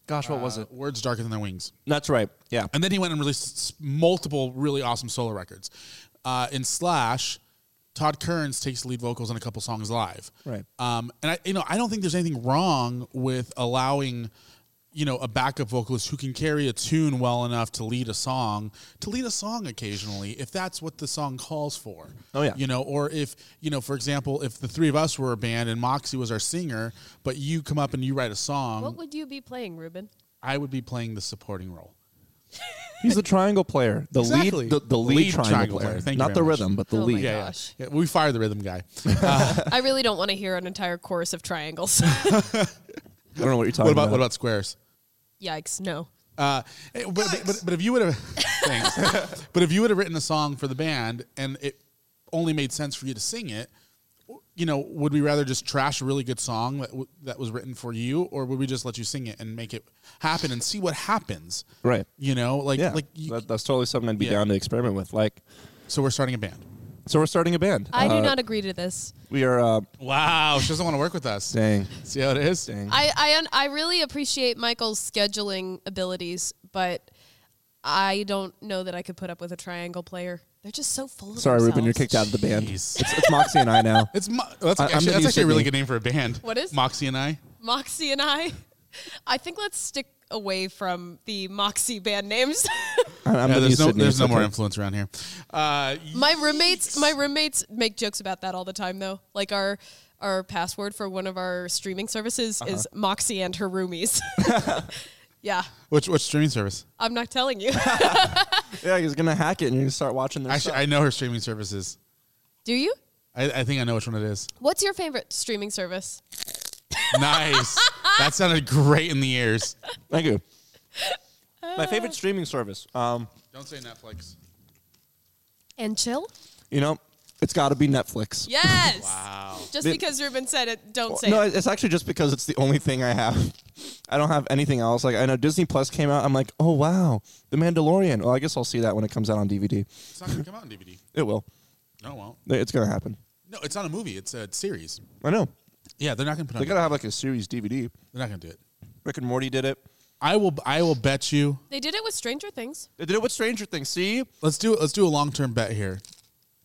gosh, what was uh, it? Words darker than their wings. That's right. Yeah. And then he went and released s- multiple really awesome solo records. Uh, in Slash, Todd Kearns takes lead vocals on a couple songs live. Right. Um, and I, you know, I don't think there's anything wrong with allowing, you know, a backup vocalist who can carry a tune well enough to lead a song to lead a song occasionally, if that's what the song calls for. Oh, yeah. You know, or if you know, for example, if the three of us were a band and Moxie was our singer, but you come up and you write a song, Um, What would you be playing, Ruben? I would be playing the supporting role. He's the triangle player, the Exactly. lead, the, the lead, triangle, player. Thank you Not very the much. rhythm, but the Oh my lead. Yeah, Gosh. yeah, yeah. We fire the rhythm guy. [LAUGHS] I really don't want to hear an entire chorus of triangles. [LAUGHS] I don't know what you're talking what about what about squares? Yikes! No. Uh, eh, but, but, but if you would have, [LAUGHS] thanks. but if you would have written a song for the band and it only made sense for you to sing it, you know, would we rather just trash a really good song that, w- that was written for you, or would we just let you sing it and make it happen and see what happens? Right. You know, like yeah. like you, that, that's totally something I'd be Yeah. down to experiment with. Like, so we're starting a band. so we're starting a band. I Uh, do not agree to this. We are. Uh, Wow, she doesn't want to work with us. dang. See how it is. Dang. I I, un- I really appreciate Michael's scheduling abilities, but I don't know that I could put up with a triangle player. They're just so full of Sorry, Ruben, you're themselves. kicked out of the band. It's, Jeez. it's Moxie and I now. It's mo- that's, I- I'm actually, the that's new actually a really Sydney. good name for a band. What is? Moxie and I? Moxie and I. [LAUGHS] I think let's stick away from the Moxie band names. [LAUGHS] I'm, [LAUGHS] I'm Yeah, the new there's no, Sydney, there's it's no more okay. influence around here. Uh, my roommates, my roommates make jokes about that all the time, though. Like our our password for one of our streaming services Uh-huh. is Moxie and her [LAUGHS] roomies. [LAUGHS] yeah, which which streaming service? I'm not telling [LAUGHS] you. Yeah, he's gonna hack it and you're gonna start watching this. Actually, I know her streaming services. Do you? I, I think I know which one it is. What's your favorite streaming service? Nice. that sounded great in the ears. [LAUGHS] Thank you. My favorite streaming service. Um, Don't say Netflix. And chill. you know, it's got to be Netflix. Yes. Just The- because Ruben said it, don't say no, it. it's actually just because it's the only thing I have. [LAUGHS] I don't have anything else. Like I know Disney Plus came out. I'm like, oh wow, The Mandalorian. Well, I guess I'll see that when it comes out on DVD. It's not gonna come out on DVD. It will. No, it won't. It's gonna happen. No, it's not a movie. It's a series. I know. Yeah, they're not gonna put it They on. gotta have like a series DVD. they're not gonna do it. Rick and Morty did it. I will. I will bet you. They did it with Stranger Things. They did it with Stranger Things. See, Let's do. Let's do a long term bet here.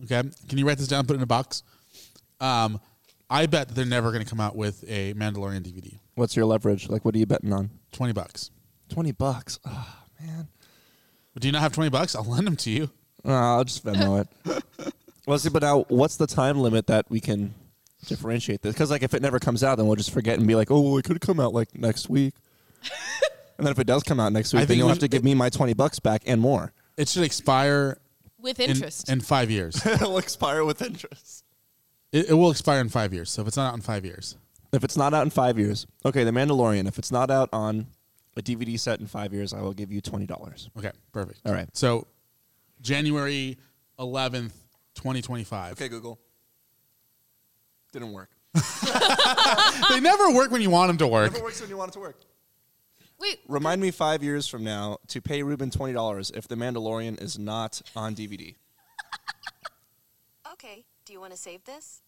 Okay. Can you write this down? Put it in a box. Um, I bet that they're never gonna come out with a Mandalorian DVD. what's your leverage? Like, what are you betting on? Twenty bucks. Twenty bucks. Oh, man. Do you not have twenty bucks? I'll lend them to you. Uh, I'll just Venmo it. [LAUGHS] well, see, but now what's the time limit that we can differentiate this? Because like, if it never comes out, then we'll just forget and be like, oh, well, it could come out like next [LAUGHS] week. and then if it does come out next I week, then think you'll we have to should- give me my twenty bucks back and more. It should expire With in, interest. in five years. [LAUGHS] It'll expire with interest. it, it will expire in five years. So if it's not out in five years, If it's not out in five years, okay, The Mandalorian. If it's not out on a DVD set in five years, I will give you twenty dollars. okay, perfect. All right. So January eleventh, twenty twenty five. Google. Didn't work. they never work when you want them to work. works when you want it to work. Wait, Remind me five years from now to pay Ruben twenty dollars if The Mandalorian is not on DVD. Okay, do you want to save this?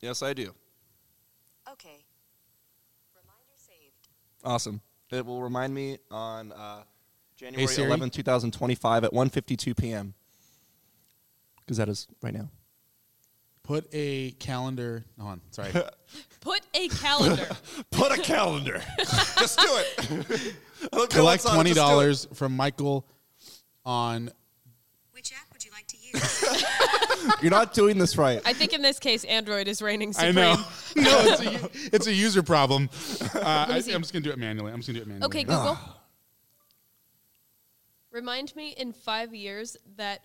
Yes, I do. Okay. Reminder saved. Awesome. It will remind me on uh, January Siri? 11, 2025 at 1:52 p.m. Because that is right now. Put a calendar on. [LAUGHS] Sorry. put a [LAUGHS] calendar. Put a calendar. [LAUGHS] just do it. [LAUGHS] Collect twenty dollars from Michael on. Which app would you like to use? You're not doing this right. I think in this case, Android is reigning [LAUGHS] supreme. no, it's a, u- it's a user [LAUGHS] problem. Uh, I, I'm see. just gonna do it manually. I'm just gonna do it manually. Okay, Google. Remind me in five years that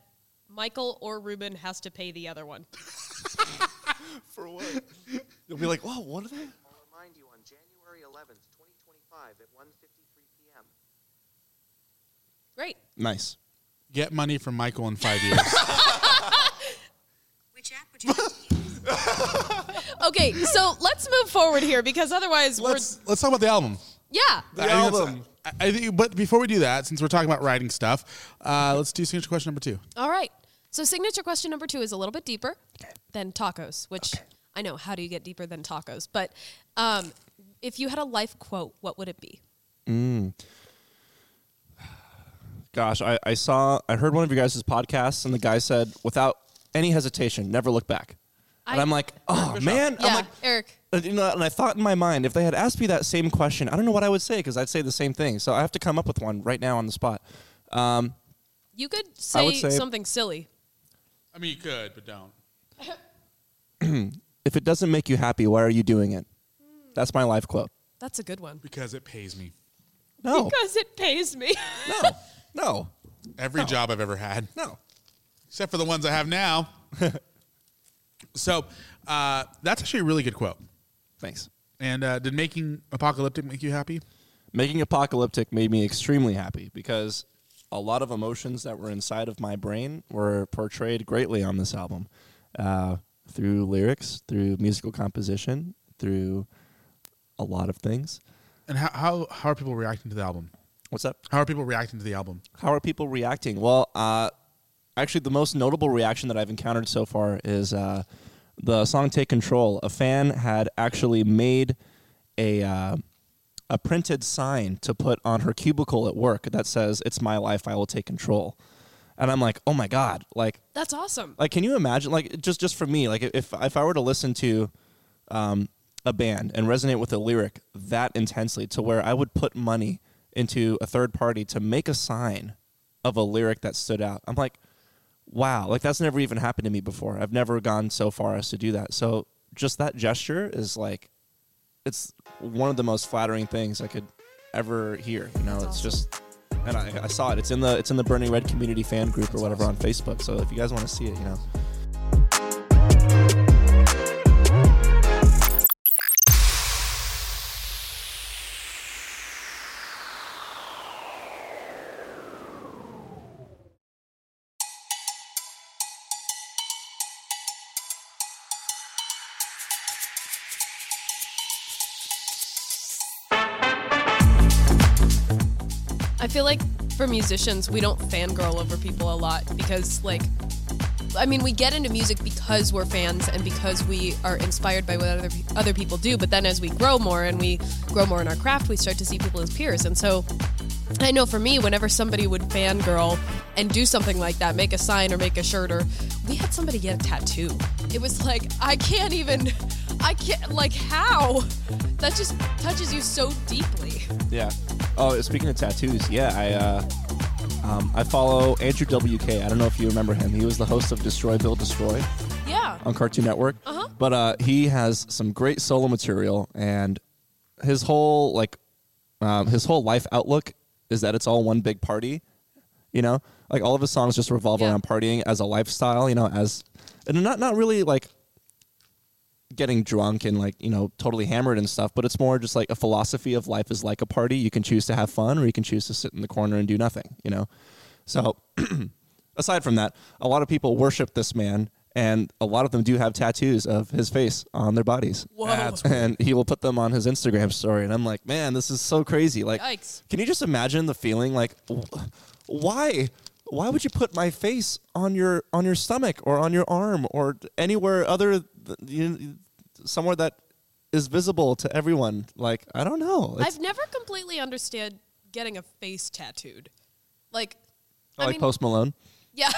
Michael or Ruben has to pay the other one. For what? You'll be like, whoa, what are they? I'll remind you on January 11th, 2025 at 1:53 p.m. Great. Nice. Get money from Michael in five years. [LAUGHS] Which app would you like to use? Okay, so let's move forward here because otherwise let's let's talk about the album. we're yeah. I think that's- I, I think, but before we do that, since we're talking about writing stuff, uh, let's do signature question number two. All right. So signature question number two is a little bit deeper than tacos, which I know. How do you get deeper than tacos? But um, if you had a life quote, what would it be? Mm. Gosh, I, I saw, I heard one of your guys' podcasts, and the guy said, without any hesitation, never look back. and I- I'm like, oh man, yeah, Eric. And, you know, and I thought in my mind, if they had asked me that same question, I don't know what I would say because I'd say the same thing. So I have to come up with one right now on the spot. Um, You could I say, would say- something silly. I mean, you could, but don't. if it doesn't make you happy, why are you doing it? That's my life quote. That's a good one. Because it pays me. No. Because it pays me. [LAUGHS] No. Every job I've ever had. [LAUGHS] No. Except for the ones I have [LAUGHS] now. so uh, that's actually a really good quote. Thanks. And uh, did making apocalyptic make you happy? Making apocalyptic made me extremely happy because a lot of emotions that were inside of my brain were portrayed greatly on this album uh, through lyrics, through musical composition, through a lot of things. And how, how, how are people reacting to the album? What's up? How are people reacting to the album? How are people reacting? Well, uh, actually, the most notable reaction that I've encountered so far is uh, the song "Take Control." A fan had actually made a uh, a printed sign to put on her cubicle at work that says, "It's my life. I will take control." And I'm like, "Oh my god!" Like That's awesome. Um, like, can you imagine? Like, just just for me, like, if if I were to listen to um, a band and resonate with a lyric that intensely, to where I would put money into a third party to make a sign of a lyric that stood out, I'm like, wow, like that's never even happened to me before. I've never gone so far as to do that. So just that gesture is like, it's one of the most flattering things I could ever hear. You know, it's just. And I, I saw it. It's in the it's in the Burning Red community fan group or whatever on Facebook. So if you guys want to see it, you know, I feel like for musicians, we don't fangirl over people a lot because, like, I mean, we get into music because we're fans and because we are inspired by what other other people do. But then, as we grow more and we grow more in our craft, we start to see people as peers. And so, I know for me, whenever somebody would fangirl and do something like that, make a sign or make a shirt, or we had somebody get a tattoo. It was like, I can't even, I can't, like, how? That just touches you so deeply. Yeah. Oh, speaking of tattoos, yeah, I uh, um, I follow Andrew WK. I don't know if you remember him. He was the host of Destroy Bill Destroy Yeah. on Cartoon Network. Uh-huh. But uh, he has some great solo material, and his whole like um, his whole life outlook is that it's all one big party. You know, like all of his songs just revolve around partying as a lifestyle. You know, as and not not really like getting drunk and like you know totally hammered and stuff but it's more just like a philosophy of life is like a party you can choose to have fun or you can choose to sit in the corner and do nothing you know so [CLEARS THROAT] aside from that a lot of people worship this man and a lot of them do have tattoos of his face on their bodies Whoa. [LAUGHS] That's weird. and he will put them on his instagram story and i'm like man this is so crazy like Yikes. can you just imagine the feeling like wh- why why would you put my face on your on your stomach or on your arm or anywhere other th- you, somewhere that is visible to everyone like i don't know It's- I've never completely understood getting a face tattooed. Like, I I Oh, like mean, post malone yeah,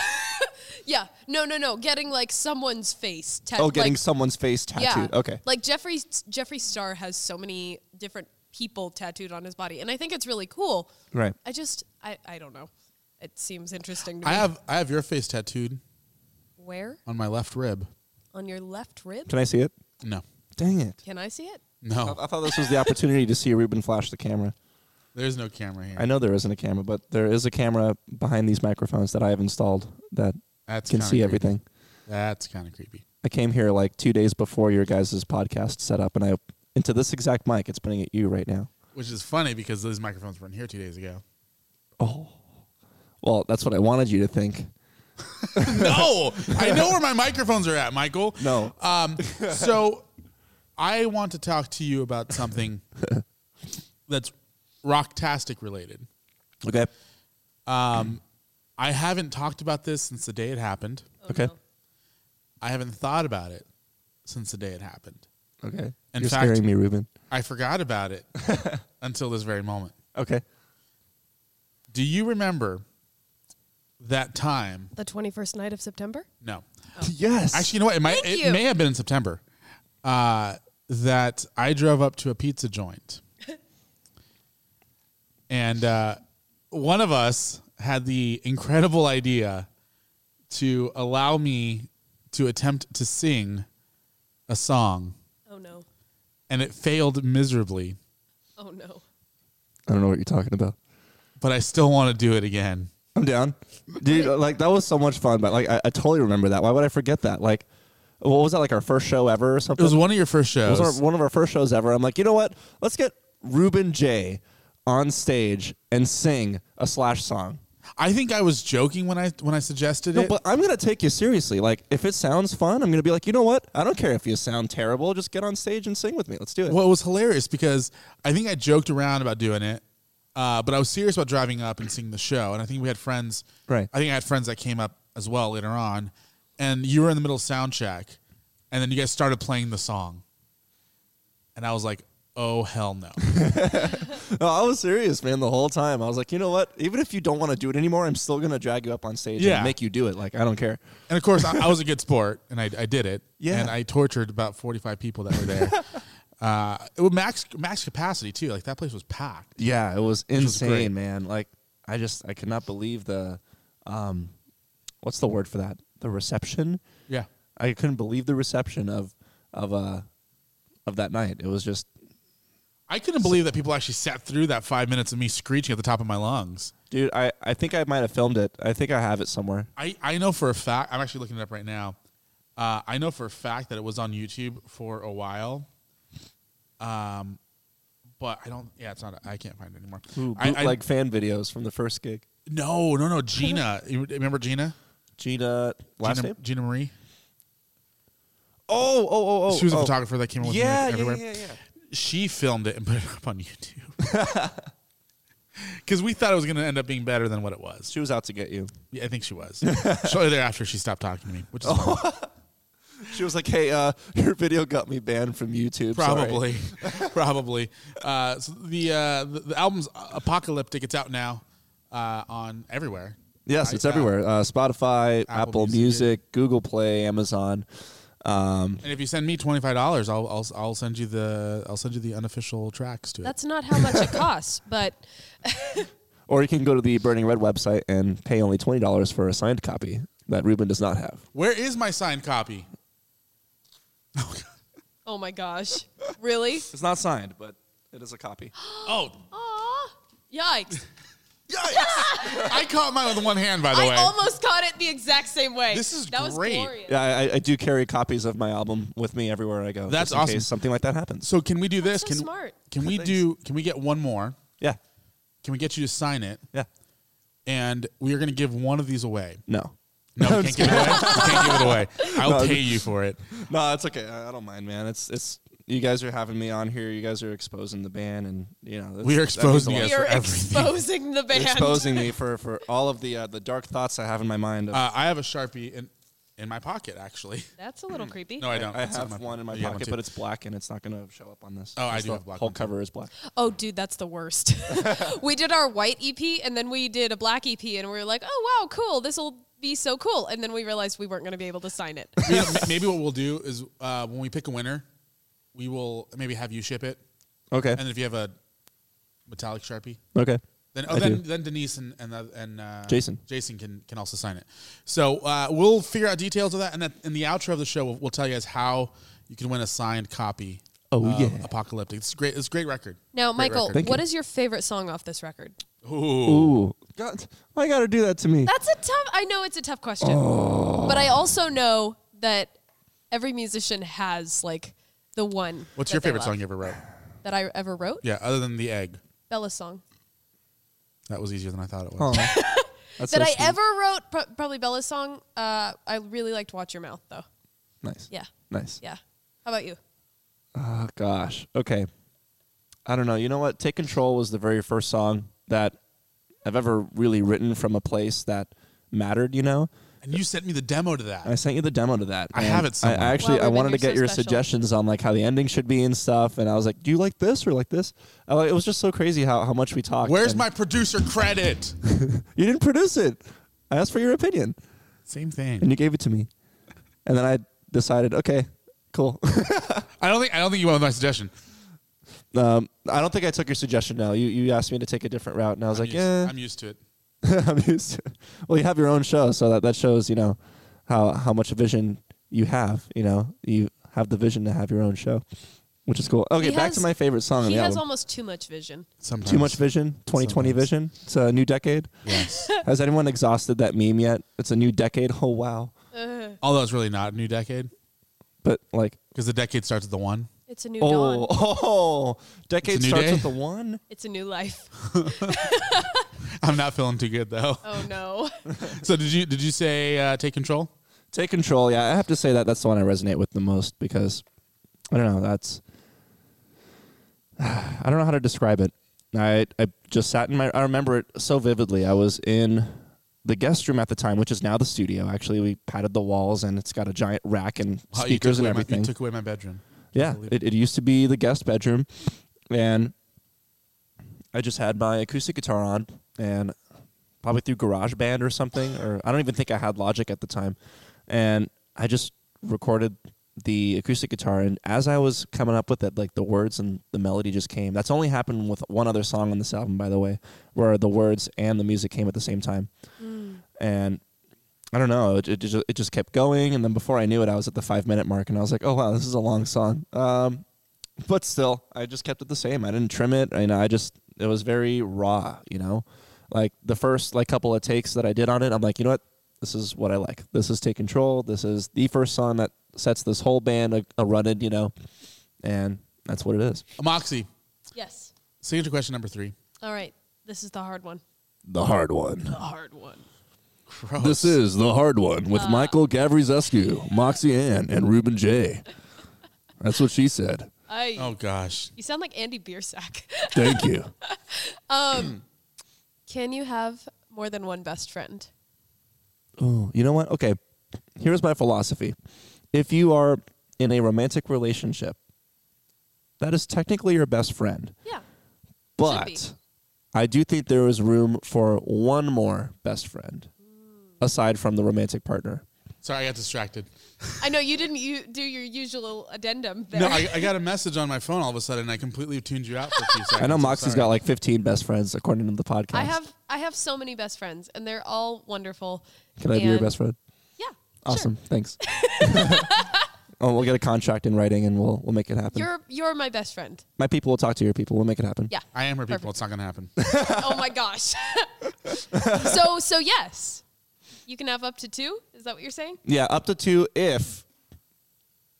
yeah, no, no, no, getting like someone's face tattooed. oh getting someone's face tattooed Yeah, okay Like Jeffrey Jeffrey Star has so many different people tattooed on his body, and I think it's really cool. Right. I just I I don't know. It seems interesting to I me. have I have your face tattooed where on my left rib. on your left rib. can i see it No. dang it Can I see it? No. I, I thought this was the opportunity to see ruben flash the camera There's no camera here. i know there isn't a camera but there is a camera behind these microphones that i have installed that That's can kinda see creepy. everything. That's kind of creepy. I came here like two days before your guys' podcast set up, and I into this exact mic. It's pointing at you right now. Which is funny because those microphones weren't here two days ago. Well, that's what I wanted you to think. no, I know where my microphones are at, Michael. No. Um, so I want to talk to you about something that's rocktastic related. Okay. Um, I haven't talked about this since the day it happened. Okay. no. I haven't thought about it since the day it happened. Okay. In You're fact, scaring me, Ruben. I forgot about it until this very moment. Okay. Do you remember that time The 21st night of September? No. [LAUGHS] Yes. Actually, you know what? It might. Thank it you. may have been in September. Uh, that I drove up to a pizza [LAUGHS] joint, and uh, one of us had the incredible idea to allow me to attempt to sing a song, Oh no. and it failed miserably. Oh no. I don't know what you're talking about. But I still want to do it again. I'm down, dude. Like that was so much fun, but like I, I totally remember that. Why would I forget that? Like, what was that? Like our first show ever or It something? was one of your first It was shows. our, one of our first shows ever. I'm like, you know what? Let's get Ruben J on stage and sing a Slash song. I think I was joking when I when I suggested No, it. but I'm gonna take you seriously. Like, if it sounds fun, I'm gonna be like, you know what? I don't care if you sound terrible. Just get on stage and sing with me. Let's do it. Well, it was hilarious because I think I joked around about doing it, uh, but I was serious about driving up and seeing the show. And I think we had friends. Right. I think I had friends that came up as well later on, and you were in the middle of sound check, and then you guys started playing the song, and I was like, "Oh hell [LAUGHS] no!" No, I was serious, man, the whole time. I was like, you know what? Even if you don't want to do it anymore, I'm still gonna drag you up on stage Yeah. and make you do it. Like, I don't care. and of course, I, I was a good sport, and I, I did it. Yeah. And I tortured about forty-five people that were [LAUGHS] there. uh, it was max max capacity too. Like that place was packed. Yeah, it was was insane, great. man. Like I just I could not believe the um what's the word for that? The reception? Yeah. I couldn't believe the reception of of uh of that night. It was just I couldn't believe that people actually sat through that five minutes of me screeching at the top of my lungs. dude, I I think I might have filmed it. I think I have it somewhere. I, I know for a fact, I'm actually looking it up right now. Uh, I know for a fact that it was on YouTube for a while. Um, but I don't, yeah, it's not, I can't find it anymore. Ooh, I- I- bootleg fan videos from the first gig. no, no, no, Gina. [LAUGHS] you remember Gina? Gina last Gina, name? Gina Marie. Oh, oh, oh, oh. she was a oh. photographer that came up with me Yeah, yeah, everywhere. yeah, yeah. She filmed it and put it up on [LAUGHS] YouTube. Because we thought it was going to end up being better than what it was. She was out to get you. Yeah, I think she was. [LAUGHS] Shortly thereafter, she stopped talking to me, which is Oh, fine. She was like, "Hey, uh, [LAUGHS] your video got me banned from YouTube." sorry." [LAUGHS] probably, probably. Uh, so the, uh, the the album's apocalyptic. It's out now uh, on everywhere. Yes, I- it's uh, everywhere. Uh, Spotify, Apple, Music, Google Play, Amazon. Um, and if you send me twenty five dollars, I'll, I'll I'll send you the I'll send you the unofficial tracks to it. That's not how much it costs, but or you can go to the Burning Red website and pay only twenty dollars for a signed copy that Ruben does not have. Where is my [GASPS] signed copy? oh my gosh. Really? It's not signed, but it is a copy. Oh, Yikes. [LAUGHS] I caught mine with one hand. By the way, I almost caught it the exact same way. This is that great. was glorious. [GASPS] Yeah, I, I do carry copies of my album with me everywhere I go. That's just in awesome. Case something like that happens. so can we do this? so can smart. can we Thanks. do? Can we get one more? Yeah, Can we get you to sign it? yeah. And we are going to give one of these away. No, No, we can't give it away. We can't give it away. I'll [LAUGHS] No. pay you for it. no, it's okay. I, I don't mind, man. It's it's. You guys are having me on here. You guys are exposing the band, and you know We are that's- that means exposing a you lot. guys You're for everything. exposing the band. You're exposing me for, for all of the uh, the dark thoughts I have in my mind. Of, Uh, I have a sharpie in in my pocket actually. That's a little creepy. [LAUGHS] No, I don't. I It's in have one in my you have pocket, too. [LAUGHS] but it's black and it's not going to show up on this. Oh, I Just do the have black Whole one, too. cover is black. Oh, dude, that's the worst. [LAUGHS] we did our white EP and then we did a black EP and we were like, oh, wow, cool. This will be so cool. And then we realized we weren't going to be able to sign [LAUGHS] it. You know, m- maybe what we'll do is uh, when we pick a winner, we will maybe have you ship it, Okay. and then if you have a metallic sharpie, okay. then oh, I then, do. then Denise and and, uh, and uh, Jason. Jason can can also sign it. So uh, we'll figure out details of that, and at, in the outro of the show, we'll, we'll tell you guys how you can win a signed copy. Oh, of yeah. Apocalyptic. It's great. It's a great record. Now, Great Michael, record. what is your favorite song off this record? Ooh. God, why you gotta do that to [LAUGHS] me? That's a tough. I know it's a tough question, Oh. but I also know that every musician has like the one. What's that your they favorite love. song you ever wrote? that I ever wrote? Yeah, other than the egg. Bella's song That was easier than I thought it Oh. was. That's that so I sweet. ever wrote. Pro- probably Bella's song. Uh, I really liked "Watch Your Mouth" though. Nice. Yeah. Nice. Yeah. How about you? Oh gosh. Okay. I don't know. You know what? Take Control was the very first song that I've ever really written from a place that mattered, you know? And you sent me the demo to that. I sent you the demo to that. I and have it somewhere. I actually Wow, I Ruben, wanted you're to get so your special. suggestions on like how the ending should be and stuff, and I was like, "Do you like this or like this?" I, like, it was just so crazy how, how much we talked. Where's and- my producer [LAUGHS] credit? You didn't produce it. I asked for your opinion, Same thing. and you gave it to me, and then I decided, okay, cool. [LAUGHS] I don't think I don't think you went with my suggestion. um, I don't think I took your suggestion. Now you you asked me to take a different route, and I was like, used- "Yeah, [LAUGHS] I'm used to it. I'm used to it. Well, you have your own show, so that, that shows, you know, how how much vision you have. You know, you have the vision to have your own show, which is cool. Okay, He back has- to my favorite song on He the has album. almost too much vision. Too much vision, 2020 vision. It's a new decade. Yes. [LAUGHS] Has anyone exhausted that meme yet? It's a new decade. Oh wow. Although it's really not a new decade. But like because the decade starts with the one. [LAUGHS] It's a new oh, dawn. [LAUGHS] oh, decade It's a new starts day. with the one. It's a new life. I'm not feeling too good though. Oh no. So did you did you say uh, take control? Take control. Yeah, I have to say that that's the one I resonate with the most because I don't know. That's [SIGHS] I don't know how to describe it. I I just sat in my. I remember it so vividly. I was in the guest room at the time, which is now the studio. Actually, we padded the walls and it's got a giant rack Wow, and you took speakers and away my- everything. you took away my bedroom. Yeah, it, it used to be the guest bedroom, and I just had my acoustic guitar on, and probably through GarageBand or something, or I don't even think I had Logic at the time, and I just recorded the acoustic guitar, and as I was coming up with it, like the words and the melody just came. That's only happened with one other song on this album, by the way, where the words and the music came at the same time, and. I don't know. It, it, just, it just kept going, and then before I knew it, I was at the five minute mark, and I was like, "Oh wow, this is a long song." Um, but still, I just kept it the same. I didn't trim it. I I just it was very raw. You know, like the first like couple of takes that I did on it, I'm like, you know what? This is what I like. This is take control. This is the first song that sets this whole band uh, a, a running. You know, and that's what it is. Moxie, [LAUGHS] yes. signature question number three. All right. This is the hard one. The hard one. The hard one. This is the hard one Ah. with Michael Gavrizescu, Moxie Ann, and Ruben J. That's what she said. I. Oh gosh. You sound like Andy Biersack. [LAUGHS] Thank [LAUGHS] you. Um, can you have more than one best friend? Oh, you know what? Okay. Here's my philosophy. If you are in a romantic relationship, that is technically your best friend. Yeah. But I do think there is room for one more best friend aside from the romantic partner. Sorry, I got distracted. I know you didn't you do your usual addendum there. No, I, I got a message on my phone all of a sudden. and I completely tuned you out for a few seconds. [LAUGHS] I know I'm Moxie's sorry. got like 15 best friends according to the podcast. I have I have so many best friends, and they're all wonderful. Can I be your And- best friend? Yeah. Awesome. [LAUGHS] Thanks. oh, we'll get a contract in writing and we'll we'll make it happen. You're you're my best friend. my people will talk to your people. We'll make it happen. Yeah. I am her people. It's not going to happen. [LAUGHS] oh [LAUGHS] my gosh. so so yes, you can have up to two. Is that what you're saying? Yeah, up to two if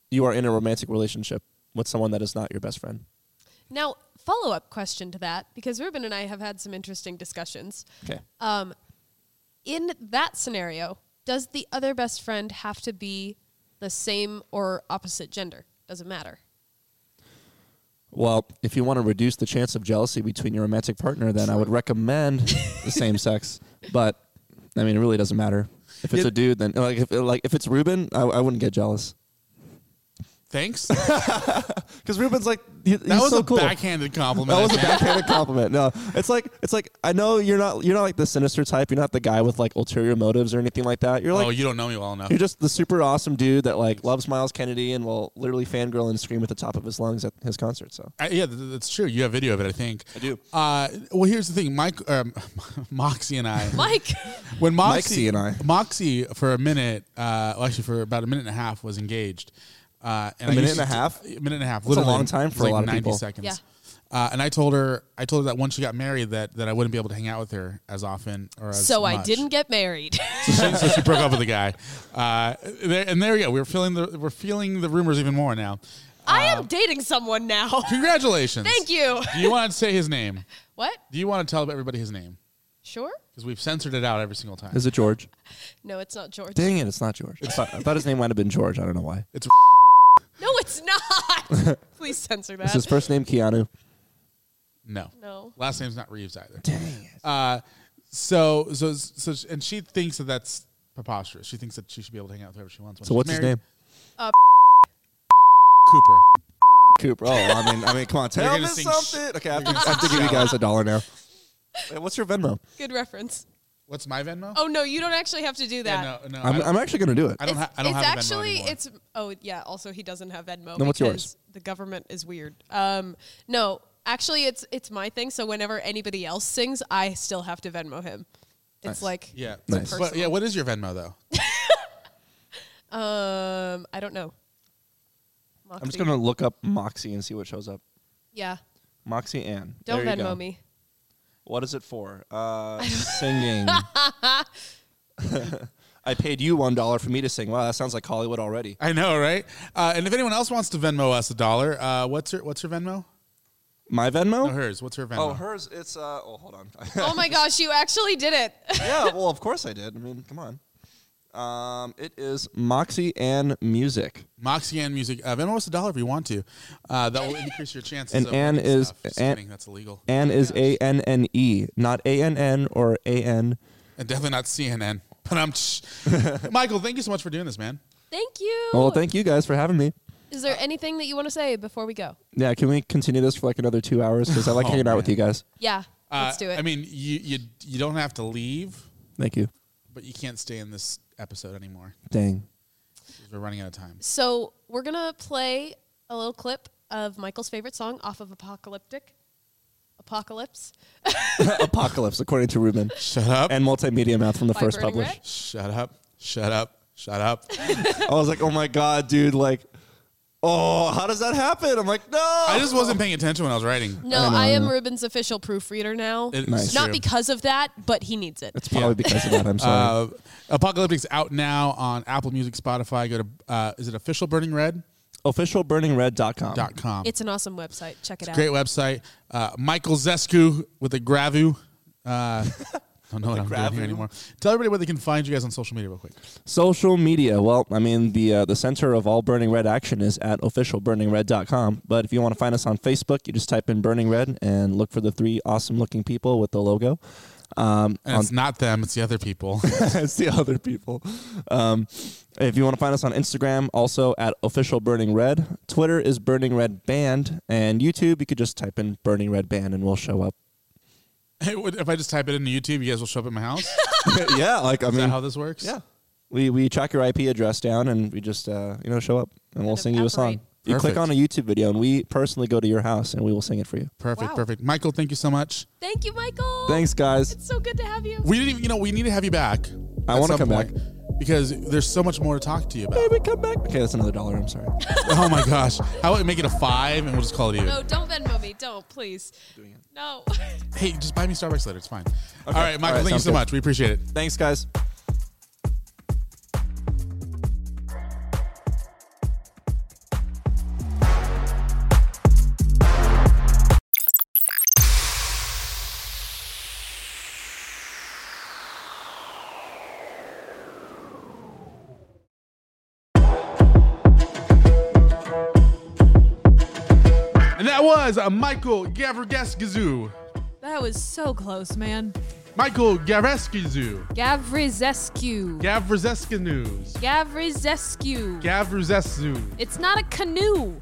you are in a romantic relationship with someone that is not your best friend. Now follow up question to that because Ruben and I have had some interesting discussions. Okay. Um, in that scenario, does the other best friend have to be the same or opposite gender? [LAUGHS] Doesn't matter. Well, if you want to reduce the chance of jealousy between your romantic partner, then I would recommend [LAUGHS] the same sex. But I mean, it really doesn't matter. If it's Yeah. a dude, then like if like if it's Ruben, I, I wouldn't get jealous [LAUGHS] Thanks. because Ruben's like he- he's That was so a cool. backhanded compliment. That was a I think. backhanded compliment. No, it's like it's like I know you're not you're not like the sinister type. You're not the guy with like ulterior motives or anything like that. You're like oh, you don't know me well enough. You're just the super awesome dude that like loves Miles Kennedy and will literally fangirl and scream at the top of his lungs at his concert. So I, yeah, th- th- that's true. You have video of it, I think. I do. Uh, well, here's the thing, Mike, um, [LAUGHS] Moxie and I. Mike. when Mikesy Moxie and I. Moxie for a minute, uh, well, actually for about a minute and a half, was engaged. Uh, and A I minute used and a to- half? A minute and a half. That's a literally. long time for It's a like lot of 90 people. Seconds. Yeah. Uh, and I told her, I told her that once she got married, that that I wouldn't be able to hang out with her as often or as so I much. didn't get [LAUGHS] married. [LAUGHS] she, so she broke up with the guy. Uh, there, and there we go. We're feeling the we're feeling the rumors even more now. I Um, am dating someone now. Congratulations. Thank you. Do you want to say his name? What? Do you want to tell everybody his name? Sure. Because we've censored it out every single time. Is it George? No, it's not George. Dang it, it's not George. I thought, I thought his name might have been George. I don't know why. It's No, it's [LAUGHS] not. Please censor that. Is his first name Keanu? No. No. Last name's not Reeves either. Dang it. Uh, so so so sh- and she thinks that that's preposterous. She thinks that she should be able to hang out with whoever she wants. when So she's what's his married. name? Uh, Cooper. Cooper. Oh, I mean, I mean, come on, You're tell gonna me sing something. sh- okay, I have, you're to, gonna I have to sing give you shallow. guys a dollar now. Wait, What's your Venmo? Good reference. What's my Venmo? Oh no, you don't actually have to do that. no, no, I'm, I'm actually gonna do it. I don't, ha- I don't it's have a Venmo actually anymore. it's oh yeah. Also, he doesn't have Venmo. Then what's because yours? The government is weird. Um, no, actually, it's it's my thing. So whenever anybody else sings, I still have to Venmo him. It's Nice. like yeah. it's But- personal. But, yeah, what is your Venmo though? Um, I don't know. I'm just Moxie. gonna look up Moxie and see what shows up. Yeah, Moxie Ann. don't There you go. Venmo [LAUGHS] me. What is it for? [LAUGHS] Uh, singing. [LAUGHS] I paid you one dollar for me to sing. Wow, that sounds like Hollywood already. I know, right? Uh, and if anyone else wants to Venmo us a dollar, uh, what's your what's your Venmo? My Venmo? No, hers. What's her Venmo? Oh, hers. It's uh. Oh, hold on. [LAUGHS] Oh my gosh, you actually did it. [LAUGHS] yeah. Well, of course I did. I mean, come on. Um, it is Moxie Ann Music, Moxie Ann Music. Uh, Venmo us a dollar if you want to. Uh, that will increase your chances. and of Ann winning is stuff. Just Ann, kidding, that's illegal. Ann Oh is A N N E, not A N N or A N. And definitely not CNN. [LAUGHS] But I'm. [LAUGHS] Michael, thank you so much for doing this, man. Thank you. Well, thank you guys for having me. Is there anything that you want to say before we go? Yeah, can we continue this for like another two hours? Because I [LAUGHS] like Oh, hanging out with you guys. Yeah, Uh, let's do it. I mean, you you you don't have to leave, Thank you. but you can't stay in this episode anymore. Dang. 'cause We're running out of time. So we're gonna play a little clip of Michael's favorite song off of Apocalyptic. Apocalypse. [LAUGHS] Apocalypse, according to Ruben. Shut up. And Multimedia Math from the By first Burning publish. Red? Shut up. Shut up. Shut up. I was like, oh my God, dude. Like, oh, how does that happen? I'm like, no. I just wasn't paying attention when I was writing. No, I know, I, I am know. Ruben's official proofreader now. It's Nice. Not true. because of that, but he needs it. It's probably because of that. I'm sorry. Uh, Apocalyptic's out now on Apple Music, Spotify. Go to uh, is it official burning red OfficialBurningRed.com. dot com. It's an awesome website. Check it out. Great website. Uh, Michael Zescu with a gravu. [LAUGHS] Uh, don't know what I'm doing gravu? here anymore. Tell everybody where they can find you guys on social media, real quick. Social media. Well, I mean, the uh, the center of all Burning Red action is at officialburningred.com. But if you want to find us on Facebook, you just type in Burning Red and look for the three awesome looking people with the logo. Um, And it's not them; it's the other [LAUGHS] people. [LAUGHS] it's the other people. Um, if you want to find us on Instagram, also at official Burning Red. Twitter is Burning Red Band, and YouTube you could just type in Burning Red Band and we'll show up. It would- if I just type it into YouTube, you guys will show up at my house. Is [LAUGHS] yeah, like I that mean, how this works? yeah, we we track your IP address down and we just uh, you know show up and we'll Kind of sing you a song. operate. You click Perfect. on a YouTube video and we personally go to your house and we will sing it for you. Perfect, Wow. perfect. Michael, thank you so much. Thank you, Michael. Thanks, guys. It's so good to have you. We didn't even, you know, we need to have you back. I at wanna some come point because there's so much more to talk to you [LAUGHS] about. Baby, come back. Okay, that's another dollar. I'm sorry. oh my gosh, how about we make it a five and we'll just call it even? no, don't Venmo me. Don't, please. No. [LAUGHS] Hey, just buy me Starbucks later. It's fine. All right, Michael, All right, thank you sounds so good. much. We appreciate it. Thanks, guys. And that was uh, Michael Gavregaskazoo. That was so close, man. Michael Gavregaskazoo. Gavrizescu. Gavregaskazoo. Gavrizescu. Gavregaskazoo. it's not a canoe.